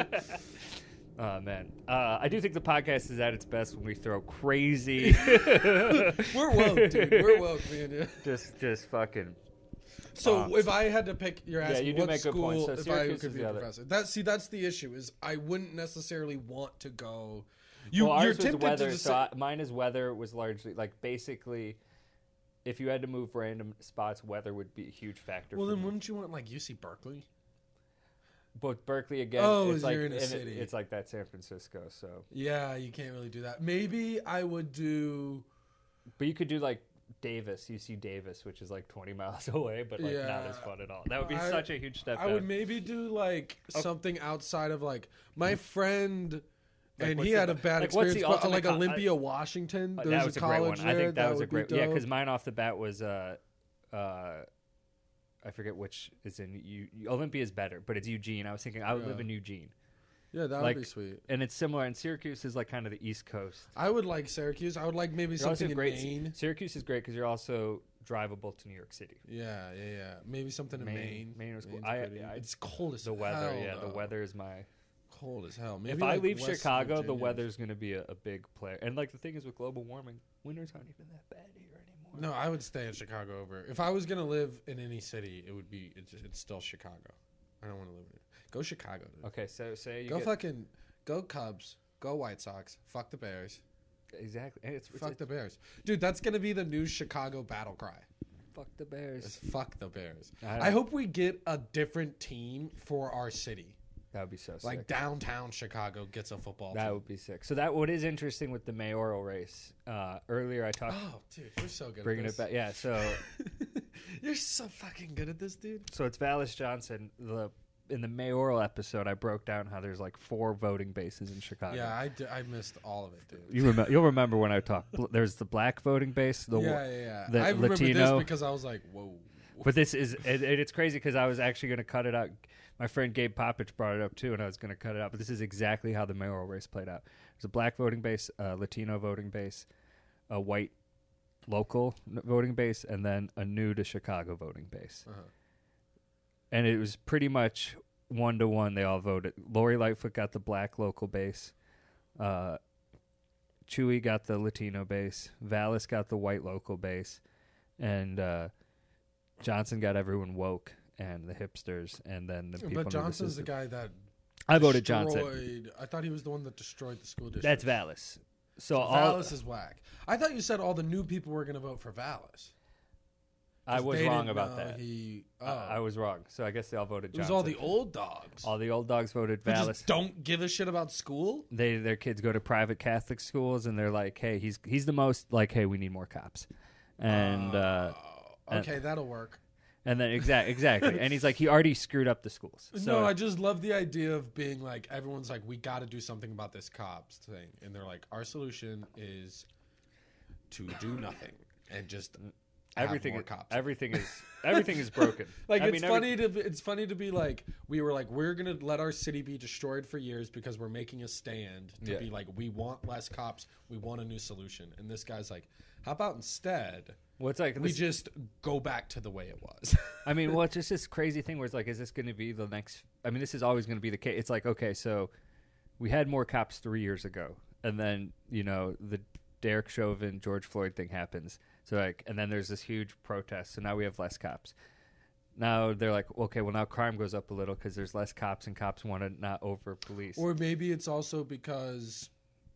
oh man, uh, I do think the podcast is at its best when we throw crazy, We're woke, dude. We're woke, man. just just fucking. So if I had to pick, you're asking Uh, you do what make a good school point. So if I Syracuse could is be the a other. professor. That see, that's the issue is I wouldn't necessarily want to go. You, well, you're ours was tempted weather, to so decide. I, mine is weather was largely like basically. If you had to move random spots, weather would be a huge factor. well, for then me. wouldn't you want like UC Berkeley? but Berkeley again, Oh, it's is like you're in a and it- city. it's like that San Francisco. So Yeah, you can't really do that. Maybe I would do. But you could do like Davis, UC Davis, which is like 20 miles away, but like not as Yeah. fun at all. That Oh. would be I- such a huge step. I would maybe do like something outside of like my friend. and Mm-hmm. what's he the- had a bad like, what's the experience, but uh, ultimate like co- I- Olympia, Washington. Uh, There's that was a a, great college one. I there, think that, was a would be great yeah, dope. because mine off the bat was uh, uh, I forget which is in U- Olympia is better, but it's Eugene. I was thinking I would live Yeah. in Eugene, yeah, that like would be sweet. and it's similar. And Syracuse is like kind of the East Coast. I would like Syracuse. I would like maybe You're also something in great. Maine. Syracuse is great because you're also drivable to New York City. Yeah, yeah, yeah. Maybe something in Maine- Maine. Maine was cool. Maine's I- pretty. I- it's cold as The weather, hell, yeah, the though. weather is my Cold as hell. Maybe If I like leave West Chicago, the Virginia. weather's going to be a, a big player. And like the thing is with global warming, winters aren't even that bad here anymore. No, I would stay in Chicago over. If I was gonna live in any city, it would be. It's, it's still Chicago. I don't want to live in. Go Chicago. Dude. Okay, so say you Go get, fucking. Go Cubs. Go White Sox. Fuck the Bears. exactly. and It's, it's Fuck it's- the Bears, dude. That's gonna be the new Chicago battle cry. fuck the Bears. Is fuck the Bears. I I hope we get a different team for our city. That would be so sick. Like downtown Chicago gets a football. that team. would be sick. So that what is interesting with the mayoral race. Uh, earlier I talked Oh, dude, you're so good. bringing at it this. back. Yeah, so You're so fucking good at this, dude. so it's Vallis Johnson the in the mayoral episode I broke down how there's like four voting bases in Chicago. Yeah, I, d- I missed all of it, dude. You remember you'll remember when I talked bl- there's the black voting base, the wa- yeah, yeah, yeah. the I remember Latino this because I was like, whoa. But this is it, it- it's crazy because I was actually going to cut it out. My friend Gabe Poppich brought it up too, and I was going to cut it out. But this is exactly how the mayoral race played out. There's a black voting base, a Latino voting base, a white local n- voting base, and then a new to Chicago voting base. Uh-huh. And it was pretty much one to one. They all voted. Lori Lightfoot got the black local base. Uh, Chewy got the Latino base. Vallis got the white local base, and uh, Johnson got everyone woke and the hipsters, and then the people. But Johnson's the guy that I voted Johnson. destroyed- I thought he was the one that destroyed the school district. That's Vallis. So all, Vallis is whack. I thought you said all the new people were going to vote for Vallis. I 'Cause was they wrong didn't about know that. He, oh. I I was wrong. So I guess they all voted it was Johnson. all the old dogs All the old dogs voted who Vallis. just don't give a shit about school. They their kids go to private Catholic schools, and they're like, "Hey, he's he's the most like, hey, we need more cops." And uh, Oh, and- okay, that'll work. and then exact exactly, and he's like, he already screwed up the schools. So no, I just love the idea of being like everyone's like, we got to do something about this cops thing, and they're like, our solution is to do nothing and just have everything more is- cops. everything is everything is broken. like I it's mean, funny every- to it's funny to be like we were like we're gonna let our city be destroyed for years because we're making a stand to Yeah. be like we want less cops, we want a new solution, and this guy's like, how about instead What's like we this- just go back to the way it was. I mean, well, it's just this crazy thing where it's like, is this going to be the next? I mean, this is always going to be the case. It's like, okay, so we had more cops three years ago, and then you know the Derek Chauvin George Floyd thing happens, So like, and then there's this huge protest. So now we have less cops. Now they're like, okay, well now crime goes up a little because there's less cops and cops want to not over police. Or maybe it's also because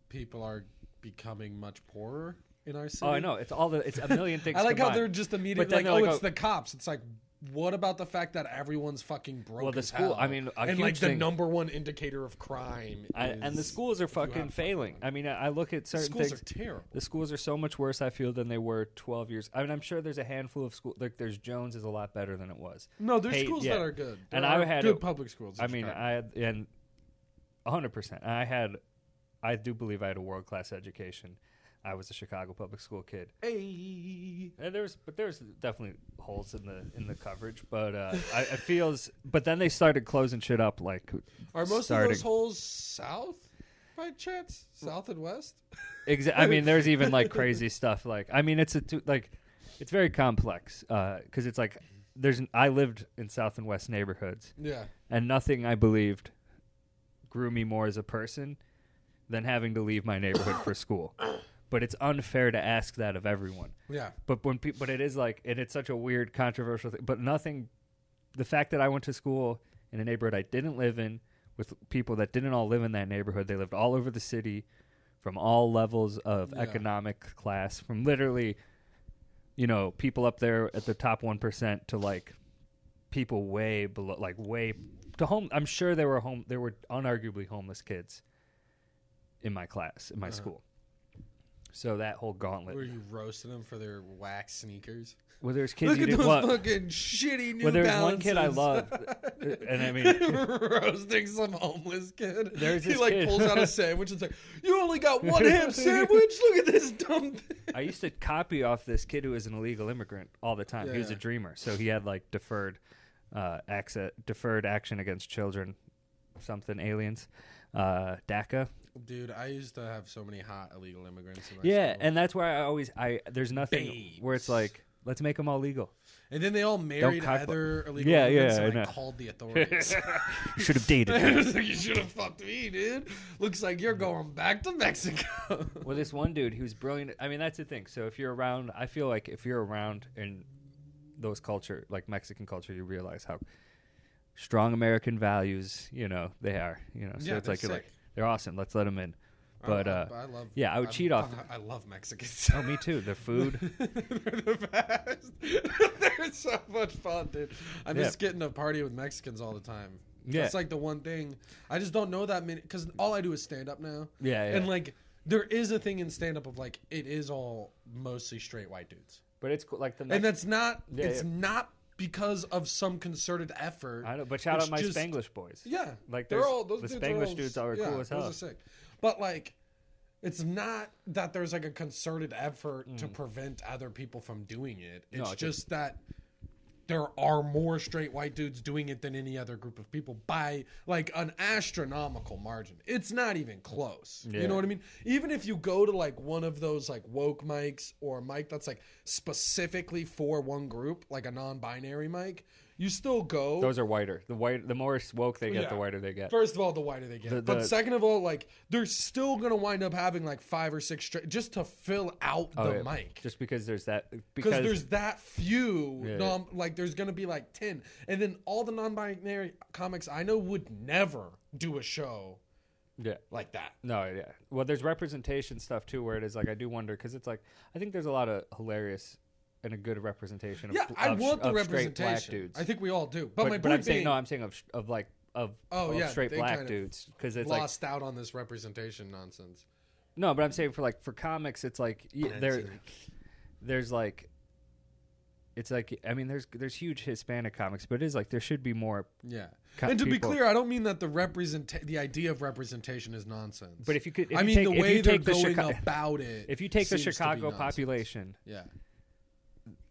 people are becoming much poorer in our city. oh, I know. It's all the it's a million things. I like how combined. they're just immediately then like, they're oh, like, it's oh- the cops. It's like, what about the fact that everyone's fucking broke? Well, the as school- hell? I mean, a and huge like the thing- number one indicator of crime. I, and the is- schools are if you have fucking fucking failing. I mean, I, I look at certain Schools things. are terrible. The schools are so much worse, I feel, than they were 12 years. I mean, I'm sure there's a handful of schools. Like, there's Jones is a lot better than it was. No, there's Hey, schools yeah. that are good. And There I are had good a- public schools. in I mean, Chicago. I had, and 100%. I had, I do believe I had a world class education. I was a Chicago public school kid. Hey. And there's, but there's definitely holes in the in the coverage. But uh, I, it feels, but then they started closing shit up. Like, Are most starting, of those holes south by chance? South and west? Exa- I mean, there's even like crazy stuff. Like, I mean, it's a two, like, it's very complex because it's like there's. An, I lived in South and West neighborhoods, Yeah. and nothing I believed grew me more as a person than having to leave my neighborhood for school. But it's unfair to ask that of everyone. Yeah. But when people, but it is like, and it's such a weird, controversial thing. But nothing, the fact that I went to school in a neighborhood I didn't live in with people that didn't all live in that neighborhood, they lived all over the city from all levels of Yeah. economic class, from literally, you know, people up there at the top 1% to like people way below, like way to home. I'm sure there were home, there were unarguably homeless kids in my class, in my school. So that whole gauntlet. Were you roasting them for their wax sneakers? Well, there's kids Look you at didn't those want. fucking shitty new well, there's one kid I Balances. loved, and I mean, roasting some homeless kid. There's he this like kid. pulls out a sandwich and's like, "You only got one ham sandwich. Look at this dumb thing." I used to copy off this kid who was an illegal immigrant all the time. Yeah, he was yeah. a dreamer, so he had like deferred uh, access, deferred action against children, something aliens, uh, DACA. Dude, I used to have so many hot illegal immigrants. In my Yeah, school. and that's why I always I there's nothing where it's Babes. like let's make them all legal. and then they all married cock- other illegal Yeah, immigrants yeah, and I like, know. called the authorities. Should have dated. I them. was like, you should have fucked me, dude. Looks like you're going back to Mexico. Well, this one dude, he was brilliant. I mean, that's the thing. So if you're around, I feel like if you're around in those culture, like Mexican culture, you realize how strong American values, you know, they are. You know, so Yeah, it's they're like you're like sick. they're awesome. Let's let them in. But I, uh, I love. yeah, I would I'm- cheat off. I love Mexicans. oh, me too. The food. They're the best. They're so much fun, dude. I miss Yeah. getting to party with Mexicans all the time. Yeah. That's like the one thing. I just don't know that many because all I do is stand up now. Yeah, yeah. And like, there is a thing in stand up of like, it is all mostly straight white dudes. but it's cool. like the And next. that's not, Yeah, it's yeah. not because of some concerted effort. I know, but shout It's out my just- Spanglish boys. Yeah, Like, they're there's- all those the dudes are Spanglish all, dudes are yeah, cool as Those hell. are sick. But like, it's not that there's like a concerted effort Mm. to prevent other people from doing it. It's it's just that there are more straight white dudes doing it than any other group of people by like an astronomical margin. It's not even close. You Yeah. know what I mean? Even if you go to like one of those like woke mics or a mic that's like specifically for one group, like a non-binary mic, you still go Those are whiter. The white, the more woke they get, the Yeah. whiter they get. First of all, the whiter they get. The- but the- second of all, like they're still gonna wind up having like five or six straight just to fill out Oh, the yeah. mic. Just because there's that. Because Because there's that few, Yeah, yeah. non, like there's gonna be like ten, and then all the non-binary comics I know would never do a show yeah. like that. No, yeah. Well, there's representation stuff too, where it is like I do wonder because it's like I think there's a lot of hilarious and a good representation. Of, Yeah, I of- want the of straight black representation. dudes. I think we all do. But, but, my but point I'm saying being, no. I'm saying of of like of, Oh, of yeah, straight they kind black of dudes because it's like lost out on this representation nonsense. no, but I'm saying for like for comics, it's like y- I there, see that. there's like, it's like I mean, there's there's huge Hispanic comics, but it is like there should be more. Yeah. Cut and to people. be clear, I don't mean that the represent the idea of representation is nonsense. But if you could, if I you mean take, the if way you they're take the going Chica- about it. if you take the seems to be Chicago nonsense. population, yeah,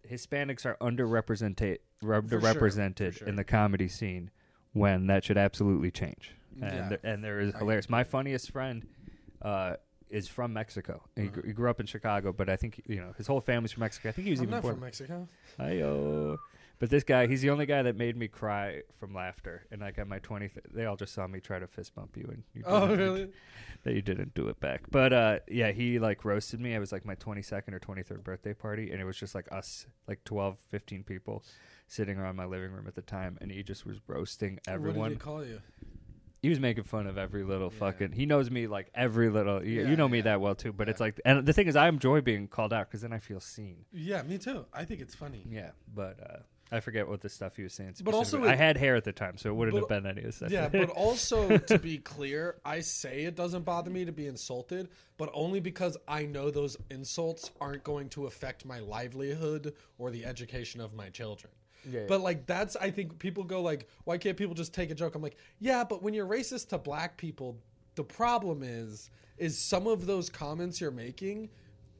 Hispanics are underrepresented re- sure, underrepresented for sure. in the comedy scene when that should absolutely change. And, Yeah. there, and there is I hilarious. My funniest friend uh, is from Mexico. He, gr- he grew up in Chicago, but I think you know his whole family's from Mexico. I think he was Uh-huh. I'm even not born. from Mexico. Ayo. But this guy, he's the only guy that made me cry from laughter. And like at my 20th, they all just saw me try to fist bump you, and you Oh didn't- really? that you didn't do it back. But uh, yeah, he like roasted me. It was like my 22nd or 23rd birthday party, and it was just like us, like 12, 15 people sitting around my living room at the time, and he just was roasting What did everyone. he call you? He was making fun of every little Yeah. fucking. He knows me like every little. You, Yeah, you know me yeah. that well too, but Yeah. it's like, and the thing is, I enjoy being called out because then I feel seen. Yeah, me too. I think it's funny. Yeah, but. uh I forget what the stuff he was saying. But also specifically. I it- had hair at the time, so it wouldn't but- have been any of that. Yeah, but also to be clear, I say it doesn't bother me to be insulted, but only because I know those insults aren't going to affect my livelihood or the education of my children. Yeah. But like that's I think people go like, why can't people just take a joke? I'm like, yeah, but when you're racist to black people, the problem is is some of those comments you're making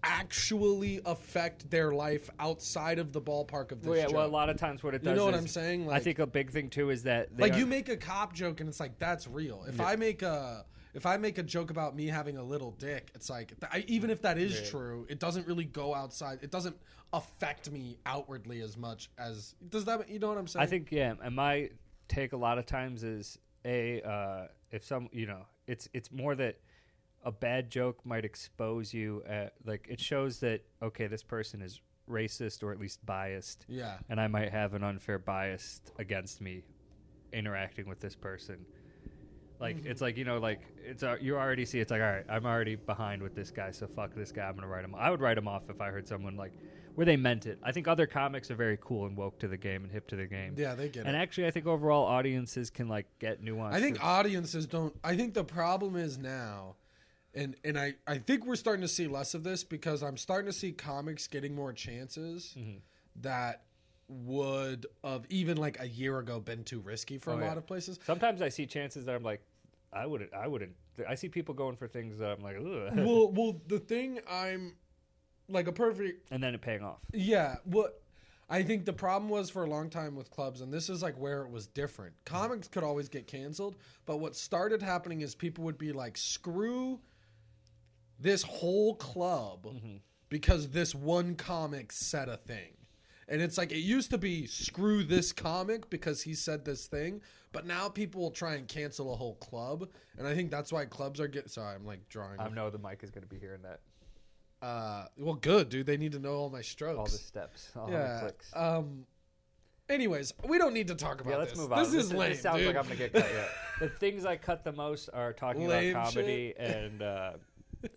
actually affect their life outside of the ballpark of this well, yeah, joke. well, a lot of times what it You does. know what is- I'm saying? I Like- think a big thing too is that they like are- you make a cop joke and it's like that's real if i make a if i make a joke about me having a little dick it's like th- I, even if that is true it doesn't really go outside it doesn't affect me outwardly as much as does that you know what i'm saying I think yeah, and my take a lot of times is a uh, if some you know it's it's more that a bad joke might expose you at, like it shows that okay this person is racist or at least biased yeah and I might have an unfair bias against me interacting with this person. Like Mm-hmm. it's like you know like it's uh, you already see it's like all right I'm already behind with this guy so fuck this guy I'm gonna write him I would write him off if I heard someone like where they meant it I think other comics are very cool and woke to the game and hip to the game yeah they get and it actually I think overall audiences can like get nuanced i think with- audiences don't i think the problem is now and and i i think we're starting to see less of this because i'm starting to see comics getting more chances Mm-hmm. that would have even like a year ago been too risky for Oh, a yeah. lot of places sometimes I see chances that I'm like I wouldn't I wouldn't I see people going for things that I'm like Ugh, well, well, the thing I'm like a perfect and then it paying off yeah. What I think the problem was for a long time with clubs, and this is like where it was different. Comics could always get canceled, but what started happening is people would be like, "Screw this whole club," because this one comic said a thing. And it's like it used to be screw this comic because he said this thing, but now people will try and cancel a whole club, and I think that's why clubs are getting. Sorry, I'm like drawing. I know the mic is gonna be hearing that. Uh, well, good, dude. They need to know all my strokes. all the steps, all yeah. the clicks. Um. Anyways, we don't need to talk about yeah, let's this. move on. This, is lame, This sounds dude. like I'm gonna get cut. Yeah. the things I cut the most are talking Lame about comedy and uh,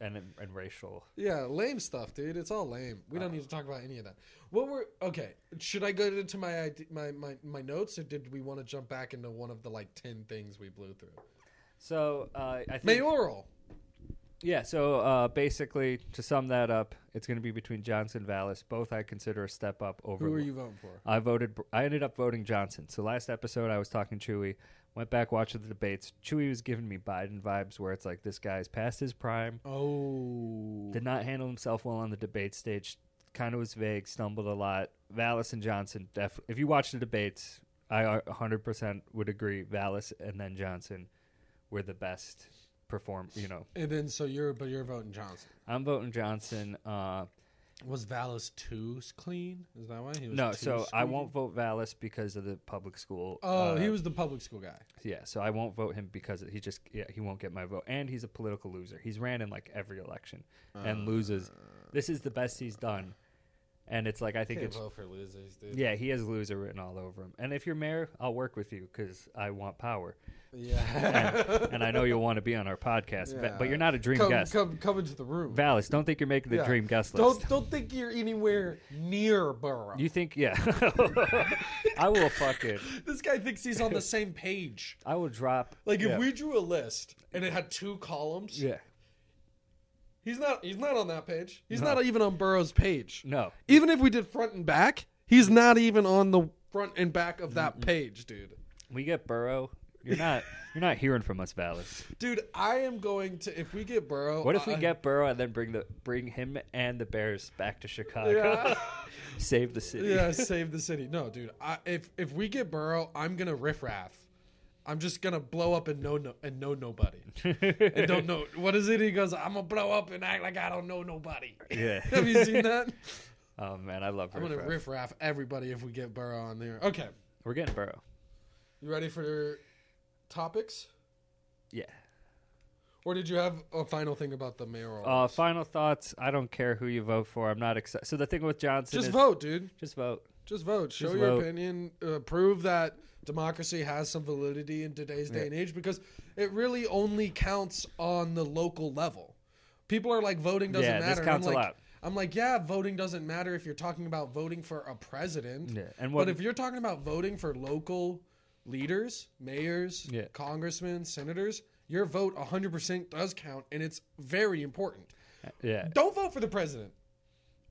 and and racial. yeah, lame stuff, dude. It's all lame. We Uh. don't need to talk about any of that. What were okay? Should I go into my ide- my my my notes, or did we want to jump back into one of the like ten things we blew through? So uh, I think Mayoral. yeah. So uh, basically, to sum that up, it's gonna be between Johnson and Vallis. Both I consider a step up over. Who are you voting for? I voted. I ended up voting Johnson. So last episode, I was talking Chewy. Went back watching the debates. Chewy was giving me Biden vibes, where it's like this guy's past his prime. Oh, did not handle himself well on the debate stage. Kind of was vague, stumbled a lot. Vallis and Johnson, def- if you watch the debates, I uh, 100% would agree. Vallis and then Johnson were the best perform. You know, and then so you're but you're voting Johnson. I'm voting Johnson. Uh, Was Vallis too clean? Is that why he was no, too so I clean? won't vote Vallis because of the public school. Oh, uh, he was the public school guy. yeah. So I won't vote him because he just yeah he won't get my vote, and he's a political loser. He's ran in like every election and loses. This is the best he's done, and it's like I think Can't it's vote for losers, dude. Yeah, he has loser written all over him. And if you're mayor, I'll work with you because I want power, Yeah. and, and I know you'll want to be on our podcast. But, but you're not a dream come, guest, Come, come into the room. Valis. Don't think you're making the Yeah. dream guest list. Don't don't think you're anywhere near Burrow. You think? Yeah, I will fucking. this guy thinks he's on the same page. I will drop. Like if yeah. we drew a list and it had two columns, Yeah. he's not he's not on that page. He's not even on Burrow's page. No. Even if we did front and back, he's not even on the front and back of that page, dude. We get Burrow. You're not. You're not hearing from us, Valis. Dude, I am going to if we get Burrow. What if we I- get Burrow and then bring the bring him and the Bears back to Chicago? Yeah. Save the city. Yeah, save the city. No, dude. I, if if we get Burrow, I'm gonna riffraff. I'm just gonna blow up and know no and know nobody. and don't know what is it? He goes, I'm gonna blow up and act like I don't know nobody. Yeah. Have you seen that? Oh man, I love I'm gonna riff. riff raff everybody if we get Burrow on there. Okay, We're getting Burrow. you ready for topics, Yeah. or did you have a final thing about the mayoral? Uh, final thoughts. I don't care who you vote for. I'm not excited. So the thing with Johnson Just is vote, dude. just vote. Just vote. Show Just your vote. opinion. Uh, prove that democracy has some validity in today's day and age because it really only counts on the local level. People are like, voting doesn't Yeah, this matter. And counts a I'm like, lot. I'm like, yeah, voting doesn't matter if you're talking about voting for a president. Yeah, and what- but if you're talking about voting for local leaders, mayors, Yeah. congressmen, senators, your vote 100% does count, and it's very important. Yeah. Don't vote for the president.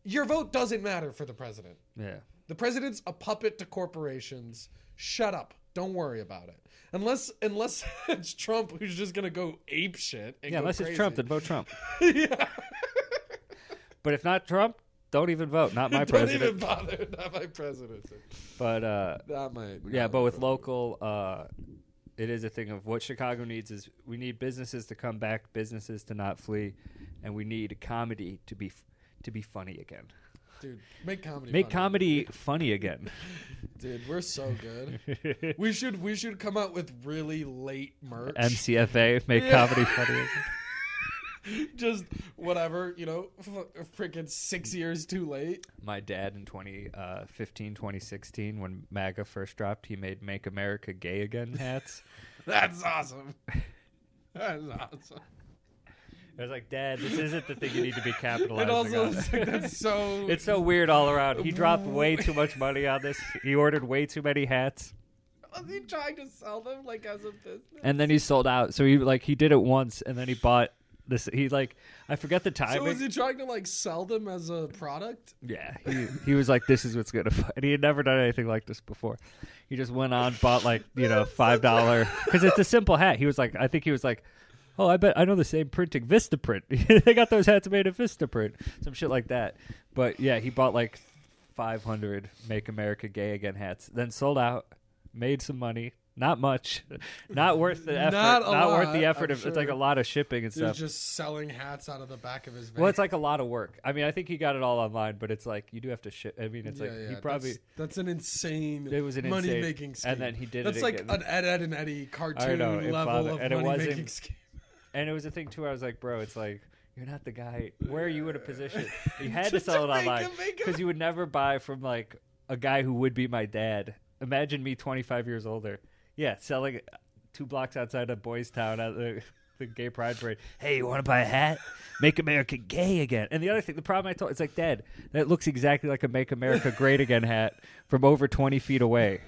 Your vote doesn't matter for the president. Yeah. The president's a puppet to corporations. Shut up. Don't worry about it. Unless unless it's Trump who's just gonna go ape shit. And Yeah. go Unless crazy. it's Trump, then vote Trump. But if not Trump, don't even vote. Not my Don't president. even bother. Not my president. But uh, Not my. yeah, not but my with president. local, uh, it is a thing of what Chicago needs is we need businesses to come back, businesses to not flee, and we need comedy to be f- to be funny again. dude, make comedy. Make funny. comedy funny again. dude. We're so good. we should we should come out with really late merch. MCFA, make comedy funny. Again. just whatever you know, f- freaking six years too late. My dad in uh, 2015, 2016, when MAGA first dropped, he made "Make America Gay Again" hats. That's awesome. That's awesome. I was like, Dad, this isn't the thing you need to be capitalizing It also on. looks like that's so. It's so weird all around. He dropped way too much money on this. He ordered way too many hats, Was he trying to sell them like as a business? and then he sold out. So he like he did it once, and then he bought this. He like I forget the So timing. was he trying to like sell them as a product? yeah, he, he was like, "This is what's gonna." F-. And he had never done anything like this before. He just went on, bought like you know five dollar because it's a simple hat. He was like, I think he was like. Oh, I bet I know the same printing, Vistaprint. they got those hats made of Vistaprint, some shit like that. But yeah, he bought like 500 Make America Gay Again hats, then sold out, made some money. Not much, not worth the effort. Not a worth the lot, effort. I'm of, It's like a sure. lot of shipping and He was stuff. just selling hats out of the back of his van. well, it's like a lot of work. I mean, I think he got it all online, but it's like you do have to ship. I mean, it's like he probably that's, that's an insane It was an money insane- making scheme. and then he did it That's like again. an Ed Ed and Eddie cartoon know, it level bothered- of and it money making wasn't- scheme. And it was a thing too. I was like, bro, it's like you're not the guy. Where are you in a position? You had to To- sell it to make online a- make a- because you would never buy from like a guy who would be my dad. Imagine me, 25 years older. Yeah, selling uh, two blocks outside of Boys Town at the, the Gay Pride Parade. Hey, you want to buy a hat? Make America gay again. And the other thing, the problem I told, it's like, Dad, that looks exactly like a Make America Great Again hat from over 20 feet away.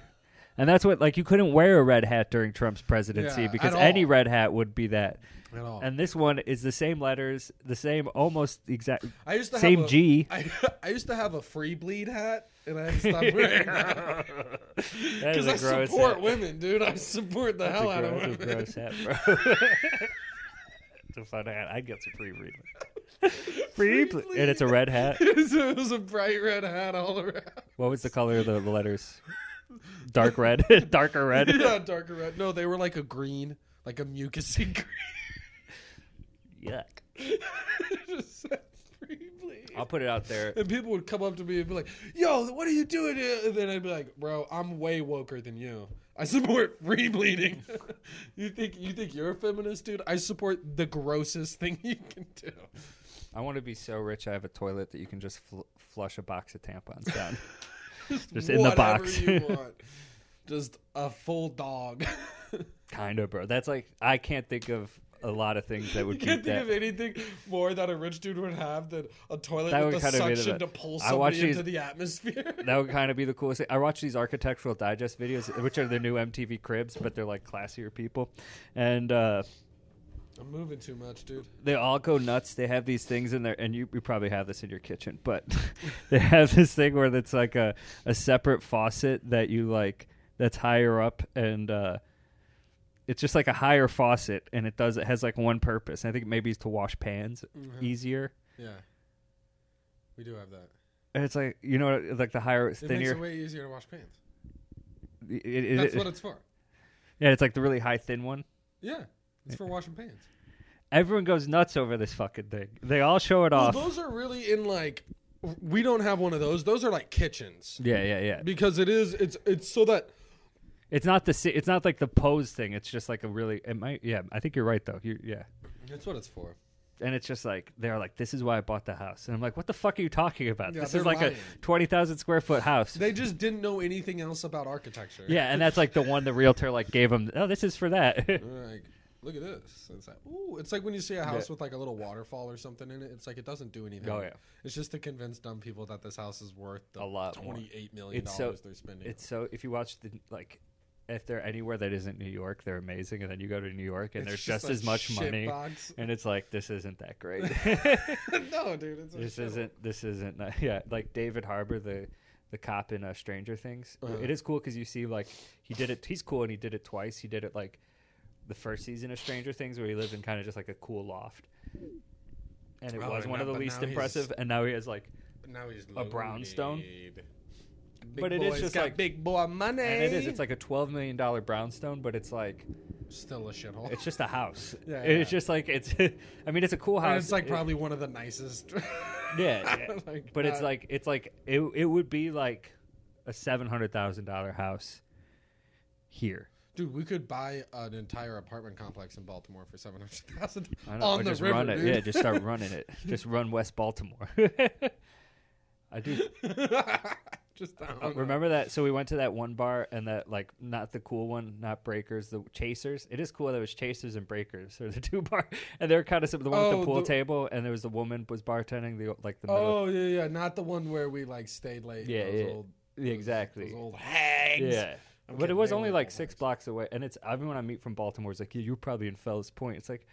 And that's what, like, you couldn't wear a red hat during Trump's presidency Yeah, at because all. any red hat would be that. At all. And this one is the same letters, the same almost exact. I used to same have a, G. I, I used to have a free bleed hat, and I had to stop wearing that That is because a I gross support hat. women, dude. I support the That's hell out a of gross, women. that's a gross hat, bro. it's a fun hat. I'd get some free read. free, ble- and it's a red hat. it was a- it was a bright red hat all around. What was the color of the, the letters? Dark red, darker red. yeah, darker red. No, they were like a green, like a mucusy green. Yuck. Just said, "Free bleed." I'll put it out there. and people would come up to me and be like, "Yo, what are you doing?" Here? And then I'd be like, "Bro, I'm way woker than you. I support free bleeding. you think you think you're a feminist, dude? I support the grossest thing you can do. I want to be so rich I have a toilet that you can just fl- flush a box of tampons down. just in the Whatever box. you want. Just a full dog. you kind of, bro. That's like, I can't think of a lot of things that would can't beat think of that. anything more that a rich dude would have than a toilet That with would a kinda be the suction to best. pull I watched somebody into these- the atmosphere. that would kind of be the coolest thing. I watch these architectural digest videos, which are the new MTV cribs, but they're like classier people. And uh, I'm moving too much, dude. they all go nuts. They have these things in there, and you, you probably have this in your kitchen, but they have this thing where it's like a, a separate faucet that you like that's higher up and. Uh, it's just like a higher faucet, and it does. It has like one purpose. I think maybe it's to wash pans Mhm. easier. Yeah, we do have that. And it's like you know, like the higher, It makes thinner. it way easier to wash pants. it- it- That's it- what it's for. yeah, it's like the really high thin one. Yeah, it's for washing pants. Everyone goes nuts over this fucking thing. They all show it Well, off. those are really in like we don't have one of those. Those are like kitchens Yeah, yeah, yeah. because it is it's it's so that It's not the si- it's not like the pose thing. It's just like a really it might yeah. I think you're right though. You yeah. that's what it's for. And it's just like they're like this is why I bought the house. And I'm like what the fuck are you talking about? Yeah, this they're is like lying. a 20,000 square foot house. They just didn't know anything else about architecture. yeah, and that's like the one the realtor like gave him, "Oh, this is for that." They're Like, look at this. It's like, ooh, it's like when you see a house with like a little waterfall or something in it. It's like it doesn't do anything. Oh, yeah. It's just to convince dumb people that this house is worth the A lot more. twenty eight million It's so- dollars they're spending. it's so if you watch the like if they're anywhere that isn't New York, they're amazing and then you go to New York and It's there's just just, a as much shit money. box. And it's like this isn't that great. no, dude, it's a this shit- isn't this isn't ni- yeah like david harbour the the cop in uh, stranger things Uh-huh. It is cool because you see like he did it he's cool and he did it twice he did it like the first season of stranger things where he lived in kind of just like a cool loft and it Oh, was and one now- of the but least now he's- impressive and now he has like But now he's A brownstone? loaded. Big But it is boy's just got like- big boy money. and it is it's like a 12 million dollar brownstone but it's like still a shithole. it's just a house Yeah, it's yeah. just like it's i mean it's a cool house And it's like It- probably one of the nicest. yeah, yeah. Like uh, but it's that. like it's like it, it would be like a seven hundred thousand dollar house here Dude, we could buy an entire apartment complex in Baltimore for seven hundred thousand I don't know, on or the just river, run it. dude. Yeah, just start running it. Just run West Baltimore. I do just down. remember that. So we went to that one bar and that like not the cool one, not Breakers, the Chasers. It is cool that it was Chasers and Breakers or the two bar, and they're kind of some the one with Oh, the pool the- table, and there was the woman was bartending the like the middle. Oh yeah, yeah, not the one where we like stayed late. Yeah, those yeah. Old, Yeah, those- exactly. Those old hags. Yeah. I'm but it kidding, was they only were like all six nice. blocks away. And it's everyone I meet from Baltimore is like, yeah, you're probably in Fells Point. It's like,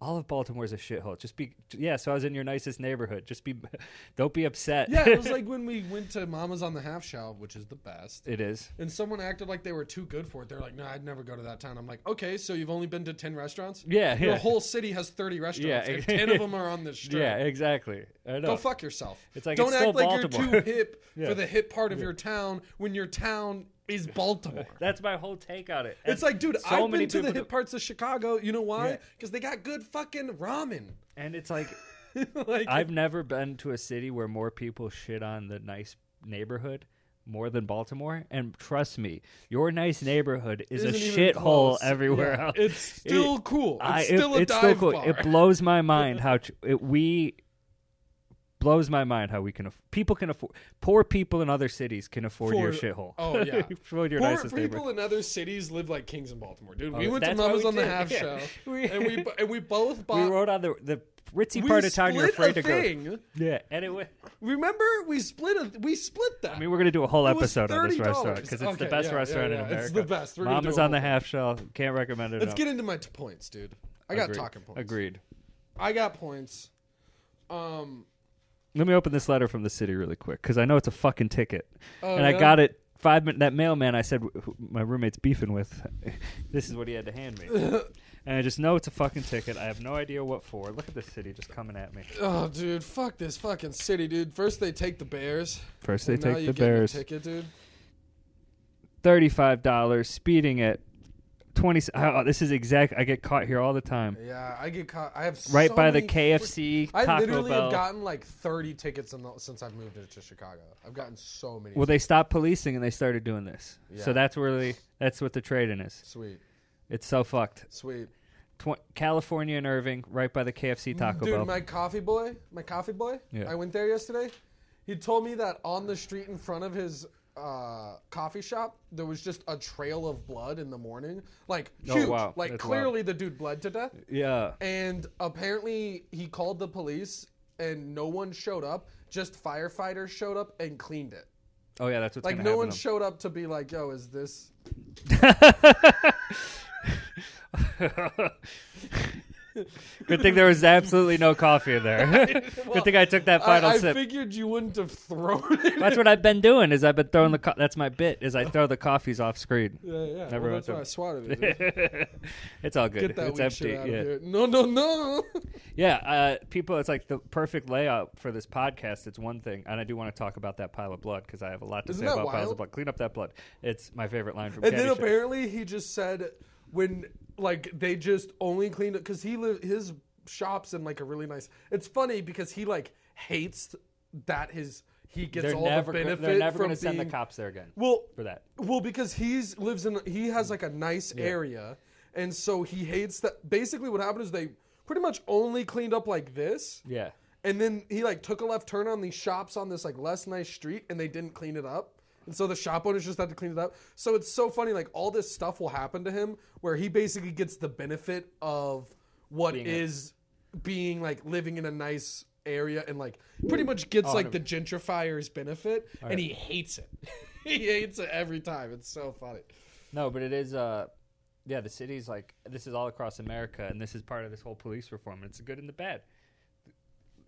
all of Baltimore's a shithole. Just be, yeah, so I was in your nicest neighborhood. Just be, don't be upset. Yeah, it was like when we went to Mama's on the Half Shell, which is the best. it is. And someone acted like they were too good for it. They're like, "No, I'd never go to that town." I'm like, "Okay, so you've only been to ten restaurants? Yeah, Your yeah. whole city has thirty restaurants, Yeah, and ten of them are on the strip. yeah, exactly. I know. Go fuck yourself. It's like, don't it's act still like Baltimore. you're too hip Yeah. for the hip part of your town when your town is Baltimore. That's my whole take on it. It's like, dude, so I've many been to the people hip do- parts of Chicago. You know why? Yeah. Because they got good fucking ramen. and it's like, like, I've never been to a city where more people shit on the nice neighborhood more than Baltimore. And trust me, your nice neighborhood is a Isn't even shithole close. everywhere Yeah. else. It's still It- cool. It's I- it- still a it's dive still cool. bar. It blows my mind how ch- it, we blows my mind how we can aff people can afford poor people in other cities can afford your For- shithole. oh, yeah. afford your Poor nicest neighborhood. people in other cities live like kings in Baltimore, dude. we Oh, went to that's why Mama's we on the did, Half yeah. Show, We- and we and we both bought. We rode on the the ritzy we part of town you're split afraid a to go. thing. Yeah, and it. wa- Remember, we split a we split that. I mean, we're gonna do a whole It was episode on this $30. restaurant because it's the Okay, best yeah, yeah, restaurant yeah. in It's America. the best. We're gonna Mama's do a on the whole- half shell. Can't recommend it. Let's enough. get into my t- points, dude. I got Agreed. talking points. Agreed. I got points. Um, Let me open this letter from the city really quick because I know it's a fucking ticket, Oh, and I yeah? got it five minutes. That mailman I said who my roommate's beefing with. this is what he had to hand me, and I just know it's a fucking ticket. I have no idea what for. Look at the city just coming at me. oh, dude, fuck this fucking city, dude. First they take the Bears. First they and now take you the get me a Bears, ticket, dude. thirty-five dollars, speeding at twenty. Oh, this is exact. I get caught here all the time, Yeah, I get caught. I have right so by the many KFC, I Taco literally have Bell. gotten like 30 tickets in the, since I've moved to Chicago. I've gotten so many. well, they stopped policing and they started doing this. So Yeah. that's really that's what the trading is. sweet, It's so fucked. sweet. Tw- California and Irving, right by the KFC Taco Mm, Dude, Bell. my coffee boy, my coffee boy. Yeah. I went there yesterday. He told me that on the street in front of his uh, coffee shop, there was just a trail of blood in the morning, like Oh, huge, wow. like That's clearly the dude bled to death. yeah. And apparently, he called the police, and no one showed up. Just firefighters showed up and cleaned it. Oh yeah, that's what's Like gonna no one happen. showed up to be like, "Yo, is this?" Good thing there was absolutely no coffee in there. Good thing I took that I, final I sip. figured you wouldn't have thrown it. that's what I've been doing is I've been throwing the. Co- that's my bit is I throw the coffees off screen. Yeah, yeah. Never well, went that's why to- I swatted it. dude. It's all good. Get that it's weak empty. shit out yeah. of here. No, no, no. Yeah, uh, people, it's like the perfect layout for this podcast. It's one thing, and I do want to talk about that pile of blood because I have a lot to Isn't say that about piles wild? of blood. Clean up that blood. It's my favorite line from. and then Caddyshack. apparently he just said when like they just only cleaned it because he live his shops in like a really nice. It's funny because he like hates that his he gets They're all never, the go- benefit they're never from going to send the being- cops there again Well, for that. well, because he's lives in he has like a nice area, and so he hates that. Basically, what happened is they pretty much only cleaned up like this, Yeah. and then he like took a left turn on these shops on this like less nice street, and they didn't clean it up. And so the shop owners just had to clean it up. So it's so funny, like all this stuff will happen to him where he basically gets the benefit of what is Being a- being like living in a nice area and like pretty much gets like the gentrifier's benefit and he hates it. he hates it every time. It's so funny. No, but it is. Uh, yeah, the city's like this is all across America, and this is part of this whole police reform. It's the good and the bad.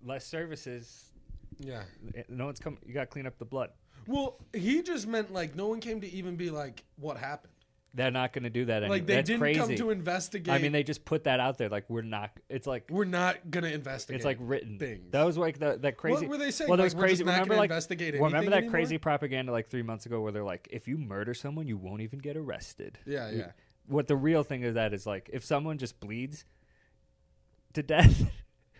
Less services. Yeah. eh, No one's coming. You got to clean up the blood. Well, he just meant like no one came to even be like what happened. They're not going to do that anymore. Like they That's didn't crazy. come to investigate. I mean, they just put that out there. Like we're not. It's like we're not going to investigate. it's like written. things. That was like the, that crazy. were they saying? Well, that Like, was we're just crazy. not gonna remember, like, investigate well, remember anything that anymore? crazy propaganda like three months ago, where they're like, if you murder someone, you won't even get arrested. Yeah, You- yeah. What the real thing is that is like, if someone just bleeds to death.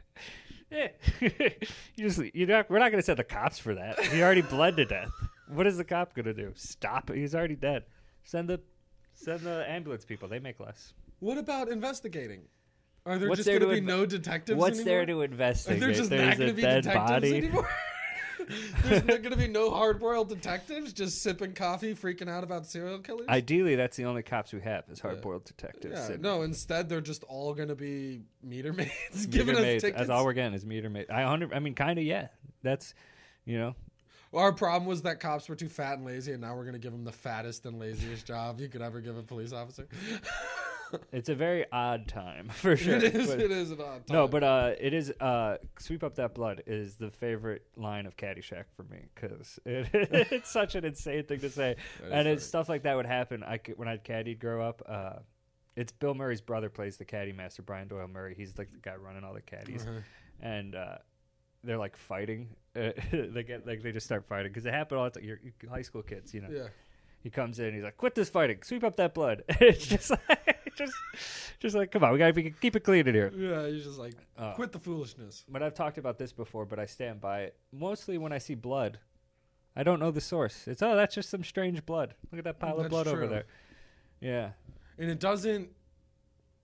eh, you just, you're not, we're not going to send the cops for that. He already bled to death. What is the cop going to do? Stop it. He's already dead. Send the send the ambulance people. They make less. What about investigating? Are there What's just there going to to be inve- no detectives What's anymore? there to investigate? They're just There's not going a to be dead detectives body. anymore. There's not going to be no hard-boiled detectives just sipping coffee, freaking out about serial killers. Ideally, that's the only cops we have is hard-boiled detectives. yeah, and no, instead they're just all going to be meter maids meter giving us maids. tickets. That's all we're getting is meter maids. I hundred. I mean, kind of. Yeah, that's you know. Our problem was that cops were too fat and lazy, and now we're going to give them the fattest and laziest job you could ever give a police officer. It's a very odd time for sure. it is. but- it is an odd time. no, but uh, it is. Uh, sweep up that blood is the favorite line of Caddyshack for me because it, it's such an insane thing to say, and it's stuff like that would happen. I could, when I caddied grow up. Uh, it's Bill Murray's brother plays the caddy master, Brian Doyle Murray. He's like the guy running all the caddies, and uh, they're like fighting. Uh, they get like they just start fighting because it happened all the time. You're, you high school kids, you know. yeah, He comes in, he's like, "Quit this fighting, sweep up that blood." it's just like, just, just like, come on, we gotta be, keep it clean in here. yeah, you're just like Uh, quit the foolishness. But I've talked about this before, but I stand by it. Mostly when I see blood, I don't know the source. It's oh, that's just some strange blood. Look at that pile That's of blood over true. there. Yeah, and it doesn't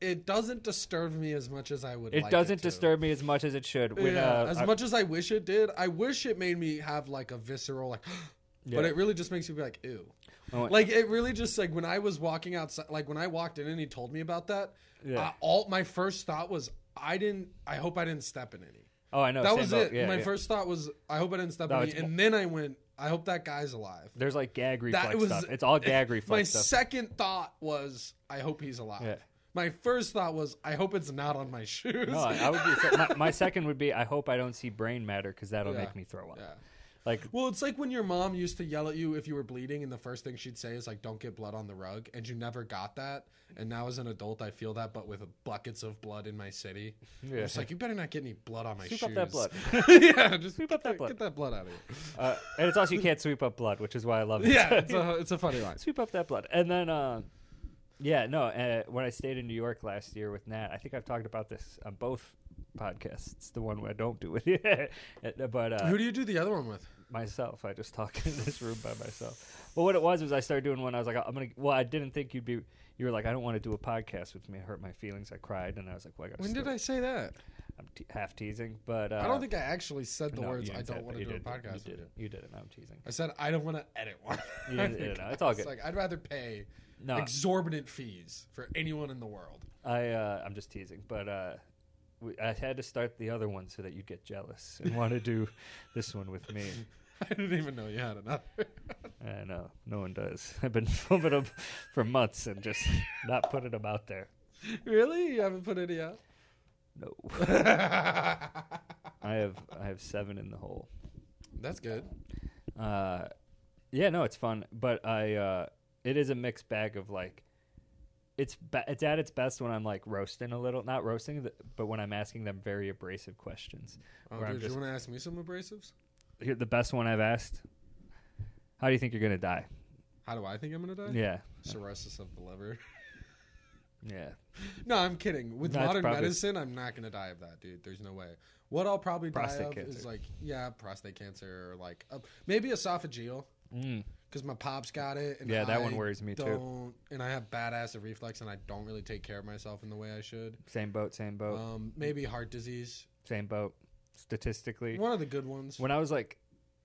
it doesn't disturb me as much as I would. it like doesn't it to. disturb me as much as it should. When, yeah, uh, as I- much as I wish it did. I wish it made me have like a visceral like, Yeah. Oh, but it really just makes you be like ew. I went- Like it really just like when I was walking outside, like when I walked in and he told me about that. Yeah. I, all my first thought was I didn't. I hope I didn't step in any. oh, I know That same was boat. it. Yeah, my yeah. first thought was I hope I didn't step No, in any. it's mo- And then I went. I hope that guy's alive. There's like gag reflex That was stuff. It's all gag My reflex stuff. second thought was, I hope he's alive. Yeah. My first thought was, I hope it's not on my shoes. No, I, I would be. so- My, my second would be, I hope I don't see brain matter because that'll Yeah. make me throw up. Yeah. Like Well, it's like when your mom used to yell at you if you were bleeding, and the first thing she'd say is like, "Don't get blood on the rug," and you never got that. And now as an adult, I feel that, but with buckets of blood in my city, Yeah. it's like you better not get any blood on my Sweep shoes. up that blood. yeah, just Sweep up that blood. Get that blood out of here. Uh, and it's also you can't sweep up blood, which is why I love it. Yeah, it's a, it's a funny line. sweep up that blood. And then, uh, yeah, no. Uh, when I stayed in New York last year with Nat, I think I've talked about this on both podcasts. It's the one where I don't do it, Uh, but uh, Who do you do the other one with? myself. I just talk in this room by myself. But what it was was I started doing one. I was like, I'm gonna. Well, I didn't think you'd be. You were like, I don't want to do a podcast with me. It hurt my feelings. I cried, and I was like, Well, I gotta. When did I say that? am te- half teasing, but uh, I don't think I actually said the no, words. you I didn't say don't it, want but to you do a did. podcast. You with you." didn't. You didn't. I'm teasing. I said I don't want to edit one. You didn't edit it. It's all It's good. like I'd rather pay No. exorbitant fees for anyone in the world. I uh, I'm just teasing, but uh, we, I had to start the other one so that you'd get jealous and want to do this one with me. I didn't even know you had another. I know no one does. I've been filming them for months and just not putting them out there. really? You haven't put any out? No, I have I have seven in the hole. That's good. Uh, yeah, no, it's fun, but I uh, it is a mixed bag of like. It's ba- it's at its best when I'm like roasting a little, not roasting, th- but when I'm asking them very abrasive questions. Oh, where I'm dude, just- you want to ask me some abrasives? Here- the best one I've asked. How do you think you're gonna die? How do I think I'm gonna die? Yeah, Cirrhosis of the liver. Yeah. No, I'm kidding. With That's modern probably- medicine, I'm not gonna die of that, dude. There's no way. What I'll probably die Prostate of is cancer. like, yeah, prostate cancer or like uh, maybe esophageal Mm. because my pops got it. And Yeah, that one I worries me too. don't- And I have bad acid reflux, and I don't really take care of myself in the way I should. Same boat, same boat, Um, maybe heart disease. same boat. Statistically, One of the good ones. when I was like,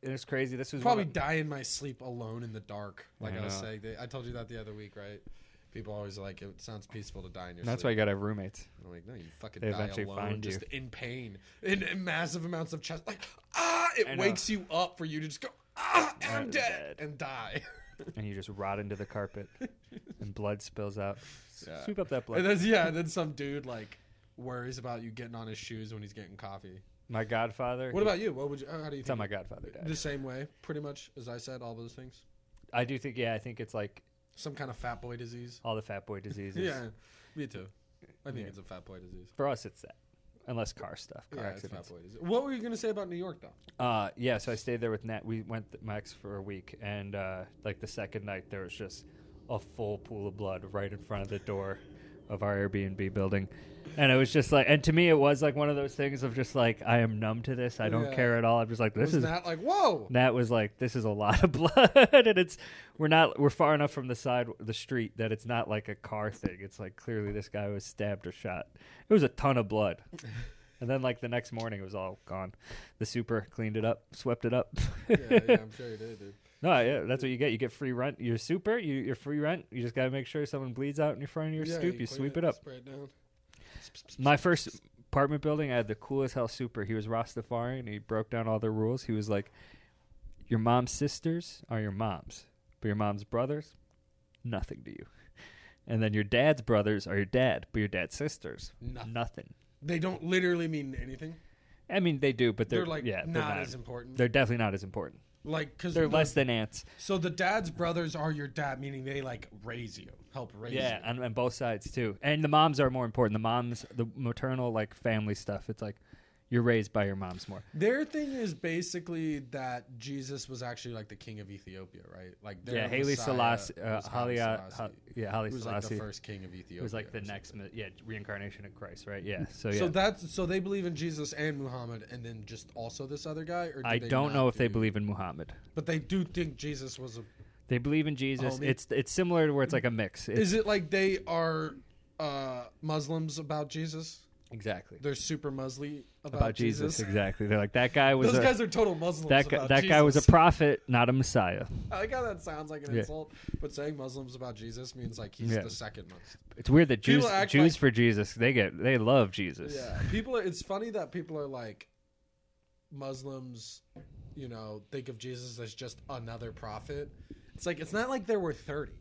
it was crazy. This was one Probably of- die in my sleep alone in the dark, like I I, was know. saying. They- I told you that the other week, right? People always like it sounds peaceful to die in your That's why sleep. you gotta have roommates. I'm like, no, you fucking They die eventually alone, find you. just in pain, in, in massive amounts of chest, like ah, I it know. wakes you up for you to just go ah, I'm I'm dead, dead. and die. and you just rot into the carpet, and blood spills out. S- Yeah. Sweep up that blood. and then yeah, and then some dude like worries about you getting on his shoes when he's getting coffee. my godfather. What about you? What would you? How do you? It's how Think my godfather died. the same way, pretty much as I said, all those things. I do think, yeah, I think it's like Some kind of fat boy disease. all the fat boy diseases. Yeah, me too. I think Yeah. it's a fat boy disease. For us, it's that, unless car stuff, car Yeah, it's accidents. fat boy disease. What were you gonna say about New York though? Uh, yeah, so I stayed there with Nat. We went th- Max for a week, and uh, like the second night, there was just a full pool of blood right in front of the door of our Airbnb building, and it was just like, and to me, it was like one of those things of just like, I am numb to this. I don't Yeah. care at all. I'm just like, this Was is that like whoa? Nat was like, "This is a lot of blood," and it's we're not we're far enough from the side the street that it's not like a car thing. It's like clearly this guy was stabbed or shot. It was a ton of blood, and then like the next morning it was all gone. The super cleaned it up, swept it up. yeah, yeah, I'm sure you did, dude. no, yeah, that's what you get. You get free rent. You're super. You you're free rent. You just gotta make sure someone bleeds out in your front of your Yeah, stoop. clean You, sweep it up. Spray it down. My first apartment building, I had the coolest hell super. He was Rastafarian. He broke down all the rules. He was like, "Your mom's sisters are your moms, but your mom's brothers, nothing to you. And then your dad's brothers are your dad, but your dad's sisters, Nothing. nothing. They don't literally mean anything. I mean, they do, but They're, they're, like yeah, not, they're not. as important. they're definitely not as important. like because They're less than ants. So the dad's brothers are your dad, meaning they like raise you, help raise Yeah, you. on, on both sides too. And the moms are more important. The moms, the maternal like family stuff. It's like you're raised by your moms more. Their thing is basically that Jesus was actually like the king of Ethiopia, right? Like their Yeah, Haley Messiah Selassie, uh, was Haile, Selassie, Ha- yeah, Haile who was like the Selassie. first king of Ethiopia. It was like the or something. next, mi- yeah, reincarnation of Christ, right? Yeah. So yeah, So that's so they believe in Jesus and Muhammad, and then just also this other guy. Or do I they don't not know if they do- believe in Muhammad. but they do think Jesus was a They believe in Jesus. Homie. It's it's similar to where it's like a mix. It's, Is it like they are uh, Muslims about Jesus? exactly They're super Muslim about, about Jesus. Jesus. Exactly. They're like that guy was Those a, guys are total Muslims. that guy, about that guy was a Jesus. prophet, not a Messiah. I like how that sounds like an Yeah. insult, but saying Muslims about Jesus means like he's Yeah. the second most. It's weird that People Jews act Jews like- for Jesus they get they love Jesus. Yeah, people. Are, it's funny that people are like Muslims. You know, think of Jesus as just another prophet. It's like it's not like there were thirty.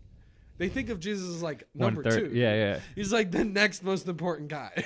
They think of Jesus as like One number third- two. Yeah, yeah. he's like the next most important guy.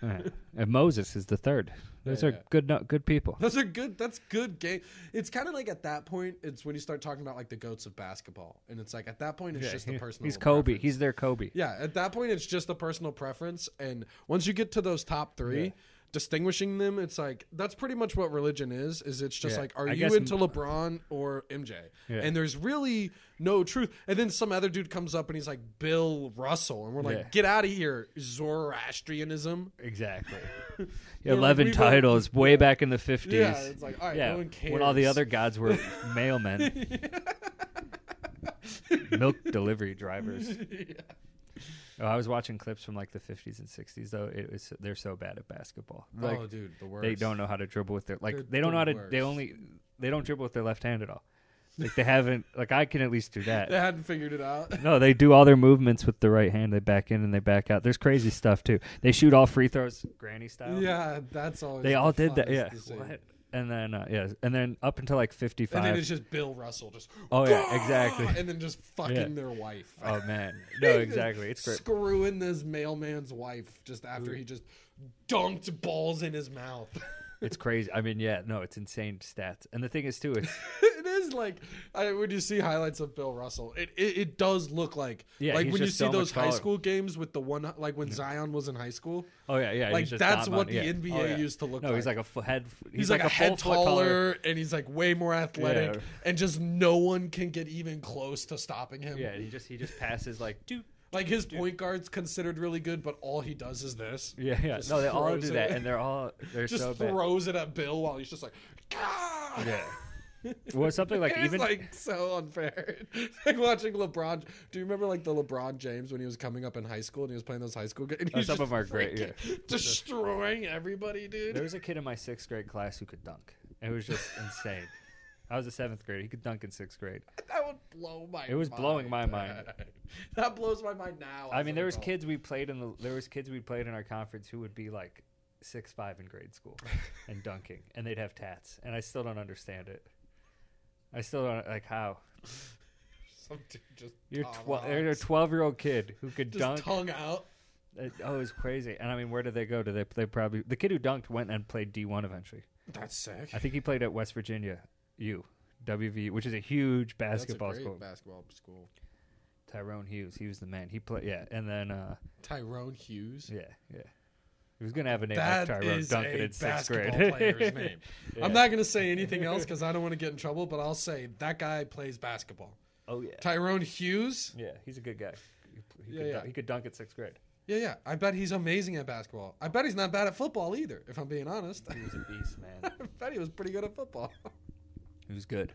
Alright. and Moses is the third. Those Yeah, are yeah. good no, good people. Those are good. That's good game. It's kind of like at that point, it's when you start talking about like the goats of basketball, and it's like at that point, it's just the He- personal. he's Kobe. preference. He's their Kobe. yeah. At that point, it's just the personal preference, and once you get to those top three. Yeah. Distinguishing them, it's like that's pretty much what religion is. Is it's just Yeah, like, are I you guess into m- LeBron or MJ? Yeah. And there's really no truth. And then some other dude comes up and he's like Bill Russell, and we're like, Yeah. get out of here, Zoroastrianism. Exactly. They're like, Eleven we won't- titles way back in the fifties. Yeah, it's like, all right, no one cares. when all the other gods were mailmen, milk delivery drivers. Oh, I was watching clips from like the 50s and 60s though. It was they're so bad at basketball. Like oh, dude, the worst. they don't know how to dribble with their like They're they don't know how the to they worst. only they don't dribble with their left hand at all. Like they haven't like I can at least do They that. hadn't figured it out. No, they do all their movements with the right hand. They back in and they back out. There's crazy stuff too. They shoot all free throws granny style. Yeah, that's always. They the all did that. funnest Yeah. to see. What? And then uh, yeah, and then up until like And 55. then it's just Bill Russell just. Oh, yeah, "Gah!" exactly. And then just fucking Yeah. their wife. oh man. No, exactly. It's great. Screwing this mailman's wife just after he just dunked balls in his mouth. It's crazy. I mean, yeah, no, it's insane stats. And the thing is too, it's it is like I, when you see highlights of Bill Russell, it it, it does look like Yeah, like he's when you just see so much those high taller. school games with the one like when Zion was in high school. Oh yeah, yeah. Like, he's just that's not what mon- the yeah. NBA Oh, yeah. used to look no, he's like. like a f- head. f- He's, He's, like, a head full foot taller, and he's like way more athletic, Yeah. and just no one can get even close to stopping him. Yeah, and he just he just passes like dude. Like his point guard's considered really good, but all he does is this. Yeah, yeah. Just no, they all throws do it that, at- and they're all they're Just so bad. throws it at Bill while he's just like, "Gah!" Yeah. Well, something like It is, even like so unfair. It's like watching LeBron. Do you remember like the LeBron James when he was coming up in high school and he was playing those high school games? And he Oh, was some just of them are great, freaking destroying everybody, dude. there was a kid in my sixth grade class who could dunk. It was just insane. I was a seventh grade. He could dunk in sixth grade. that would blow my. It was blowing my That blows my mind now. I as mean, an there was adult. kids we played in the there was kids we played in our conference who would be like six five in grade school and dunking, and they'd have tats, and I still don't understand it. I still don't like how Some dude just you're tongue twelve. out. You're a twelve year old kid who could Oh, just dunk. tongue out. It- oh, it's crazy. And I mean, where did they go? Did they? They probably the kid who dunked went and played D one eventually. That's sick. I think he played at West Virginia U, WVU, which is a huge basketball That's a great school. Basketball school. Tyrone Hughes, he was the man. He played, yeah, and then uh, Tyrone Hughes. yeah, yeah. He was gonna have a name like That Tyrone is Duncan a in sixth grade. basketball player's name. Yeah. I'm not going to say anything else because I don't want to get in trouble, but I'll say that guy plays basketball. Oh yeah, Tyrone Hughes? yeah. He's a good guy. He, he Yeah, could yeah. Dunk, he could dunk at sixth grade. Yeah, yeah. I bet he's amazing at basketball. I bet he's not bad at football either, if I'm being honest. He was a beast, man. I bet he was pretty good at football. he was good.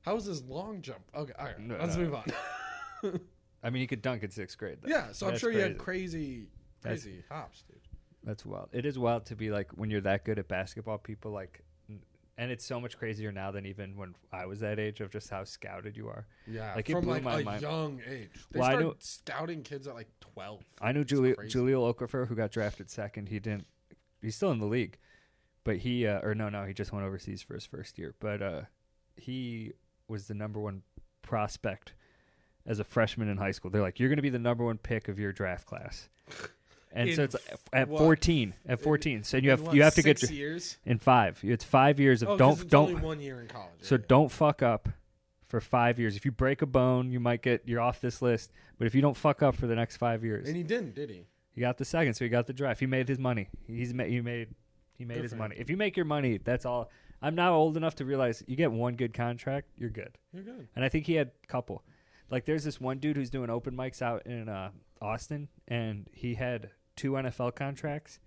How was his long jump? Okay, all right. No, let's no. move on. I mean, he could dunk at sixth grade. Though. yeah, so I'm That's sure he had crazy. crazy, That's- crazy hops, dude. That's wild. It is wild to be like when you're that good at basketball, people like, and it's so much crazier now than even when I was that age of just how scouted you are. Yeah, Like, it from blew like my a mind. young age. They Well, I start know- scouting kids at like 12. I knew Julio crazy. Julio Okafor who got drafted second. He didn't. He's still in the league, but he uh, or no no he just went overseas for his first year. But uh, he was the number one prospect as a freshman in high school. They're like, you're going to be the number one pick of your draft class. And so In it's like, f- at what? 14, at 14. So you have In, what, you have to get six dr- years. in five. It's five years of Oh, 'cause don't it's don't only one year in college. so yeah, yeah. don't fuck up for five years. If you break a bone, you might get you're off this list. But if you don't fuck up for the next five years, And he didn't, did he? he got the second, so he got the draft. He made his money. He's ma- he made he made Good his for money. If you make your money, that's all. I'm now old enough to realize you get one good contract, you're good. You're good. And I think he had a couple. Like there's this one dude who's doing open mics out in uh, Austin, and he had two NFL contracts,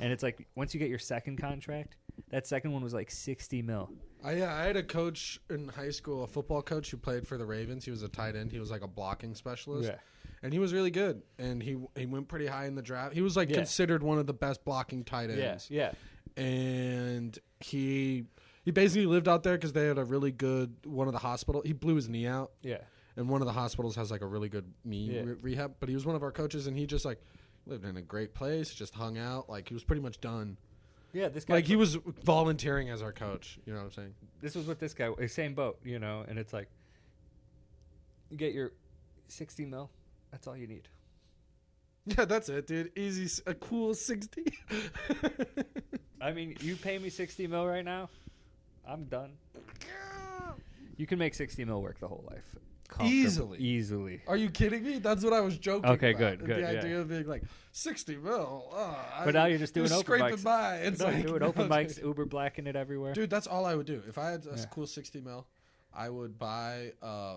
and it's like once you get your second contract, that second one was like sixty mil. I, yeah, I had a coach in high school, a football coach who played for the Ravens. He was a tight end. He was like a blocking specialist. Yeah. And he was really good. And he he went pretty high in the draft. He was like Yeah. considered one of the best blocking tight ends. yeah. And he he basically lived out there because they had a really good one of the hospital. He blew his knee out. Yeah. and one of the hospitals has like a really good knee Yeah. re- rehab. But he was one of our coaches, and he just like lived in a great place, just hung out. Like he was pretty much done. Yeah, this guy Like he was volunteering as our coach. You know what I'm saying? this was what this guy eh, same boat, you know, and it's like you get your sixty mil, that's all you need. Yeah, that's it, dude. Easy, s- a cool sixty. I mean, you pay me sixty mil right now, I'm done. You can make sixty mil work the whole life. Comfortable- Easily. Easily. Are you kidding me? That's what I was joking. Okay, about. good, good, The yeah. idea of being like sixty mil. Oh, But now you're just doing open scraping mics. by. It's No, like doing no, open it's like- mics, Uber blacking it everywhere. dude. That's all I would do if I had a s- Yeah. cool sixty mil. I would buy a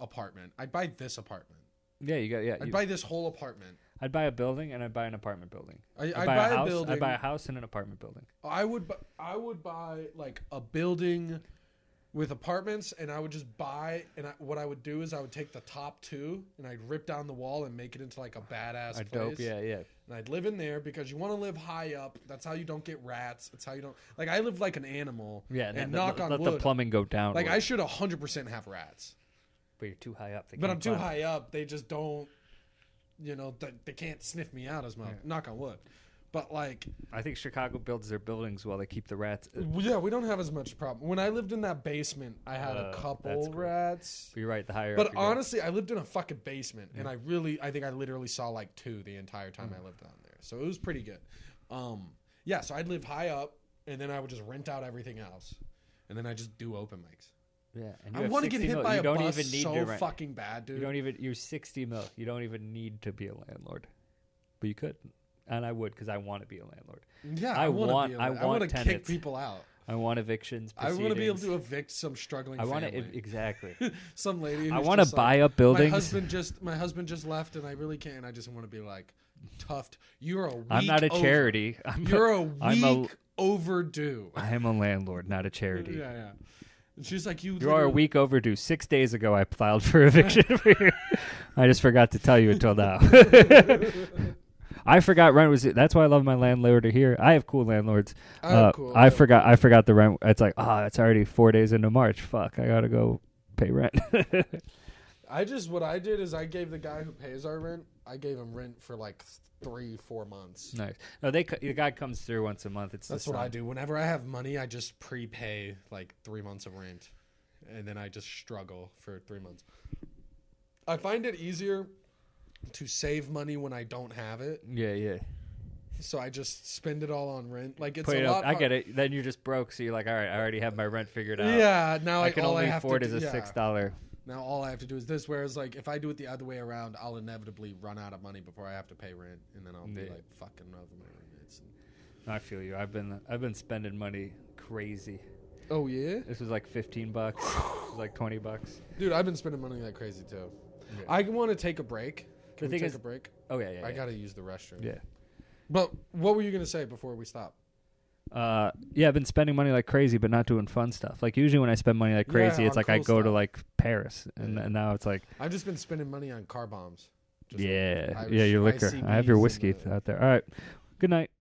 apartment. I'd buy this apartment. yeah, you got yeah. I'd you- buy this whole apartment. I'd buy a building and I'd buy an apartment building. I, I'd, I'd buy, a a house. building. I'd buy a house and an apartment building. I would. Bu- I would buy like a building with apartments, and I would just buy. And I, what I would do is I would take the top two, and I'd rip down the wall and make it into like a badass A place. dope, yeah, yeah. And I'd live in there because you want to live high up. That's how you don't get rats. That's how you don't like. I live like an animal. Yeah, and, then knock let, on let wood. the plumbing go down. like I Like, should hundred percent have rats, but you're too high up. They but can't I'm too climb. high up. They just don't. You know, they, they can't sniff me out as much. Knock on wood. But like, I think Chicago builds their buildings while they keep the rats. uh, Well, Yeah, we don't have as much problem. When I lived in that basement, I had Uh, a that's couple great. rats. You're right. The higher. up But you go. honestly, I lived in a fucking basement, and I really, I think I literally saw like two the entire time Mm. I lived down there. So it was pretty good. Um, yeah, so I'd live high up, and then I would just rent out everything else, and then I just do open mics. yeah, and you I have want to get 60 hit mil. by you a don't bus even need to so rent. fucking bad, You dude. don't even. You're 60 mil. You don't even need to be a landlord, but you could, and I would because I want to be a landlord. yeah, I wanna want- be a- I I want to kick tenants. people out. I want evictions. I want to be able proceedings. to evict some struggling. I want to family. exactly. some lady. I who's wanna just buy like, up buildings." My husband just my husband just left, and I really can't. I just want to be like, Tuft, you're a. Week I'm not a over- charity. I'm You're a I'm a- week overdue. I am a landlord, not a charity. Yeah, yeah. And she's like, you. You are a literally- week overdue. Six days ago, I filed for eviction. for you. I just forgot to tell you until now. I forgot rent was. That's why I love my landlord here. I have cool landlords. I have Uh, cool I landlords. forgot. I forgot the rent. It's like ah, it's already four days into March. Fuck, I gotta go pay rent. I just what I did is I gave the guy who pays our rent. I gave him rent for like three, four months. nice. No, they co- the guy comes through once a month. It's That's the what son. I do. Whenever I have money, I just prepay like three months of rent, and then I just struggle for three months. I find it easier to save money when I don't have it, Yeah, yeah. so I just spend it all on rent. Like it's Put a it lot. up. I get it. Then you're just broke, so you're like, all right, I already have my rent figured out. Yeah, now I, I, can all only I have afford to is do, a yeah. six dollar. Now all I have to do is this. Whereas like if I do it the other way around, I'll inevitably run out of money before I have to pay rent, and then I'll be Yeah. like fucking over my roommates. I feel you. I've been I've been spending money crazy. Oh yeah. This was like 15 bucks. This was like 20 bucks. Dude, I've been spending money like crazy too. Yeah. I want to take a break. Can The we thing take is- a break? Oh yeah, yeah. I yeah. gotta use the restroom. Yeah. But what were you gonna say before we stop? Uh, yeah, I've been spending money like crazy, but not doing fun stuff. Like usually when I spend money like Yeah, crazy, it's on like I cool go to stuff. like Paris, and, and now it's like I've just been spending money on car bombs. Just yeah, Irish yeah, your liquor. I have ICBs your and uh, whiskey the- out there. All right, good night.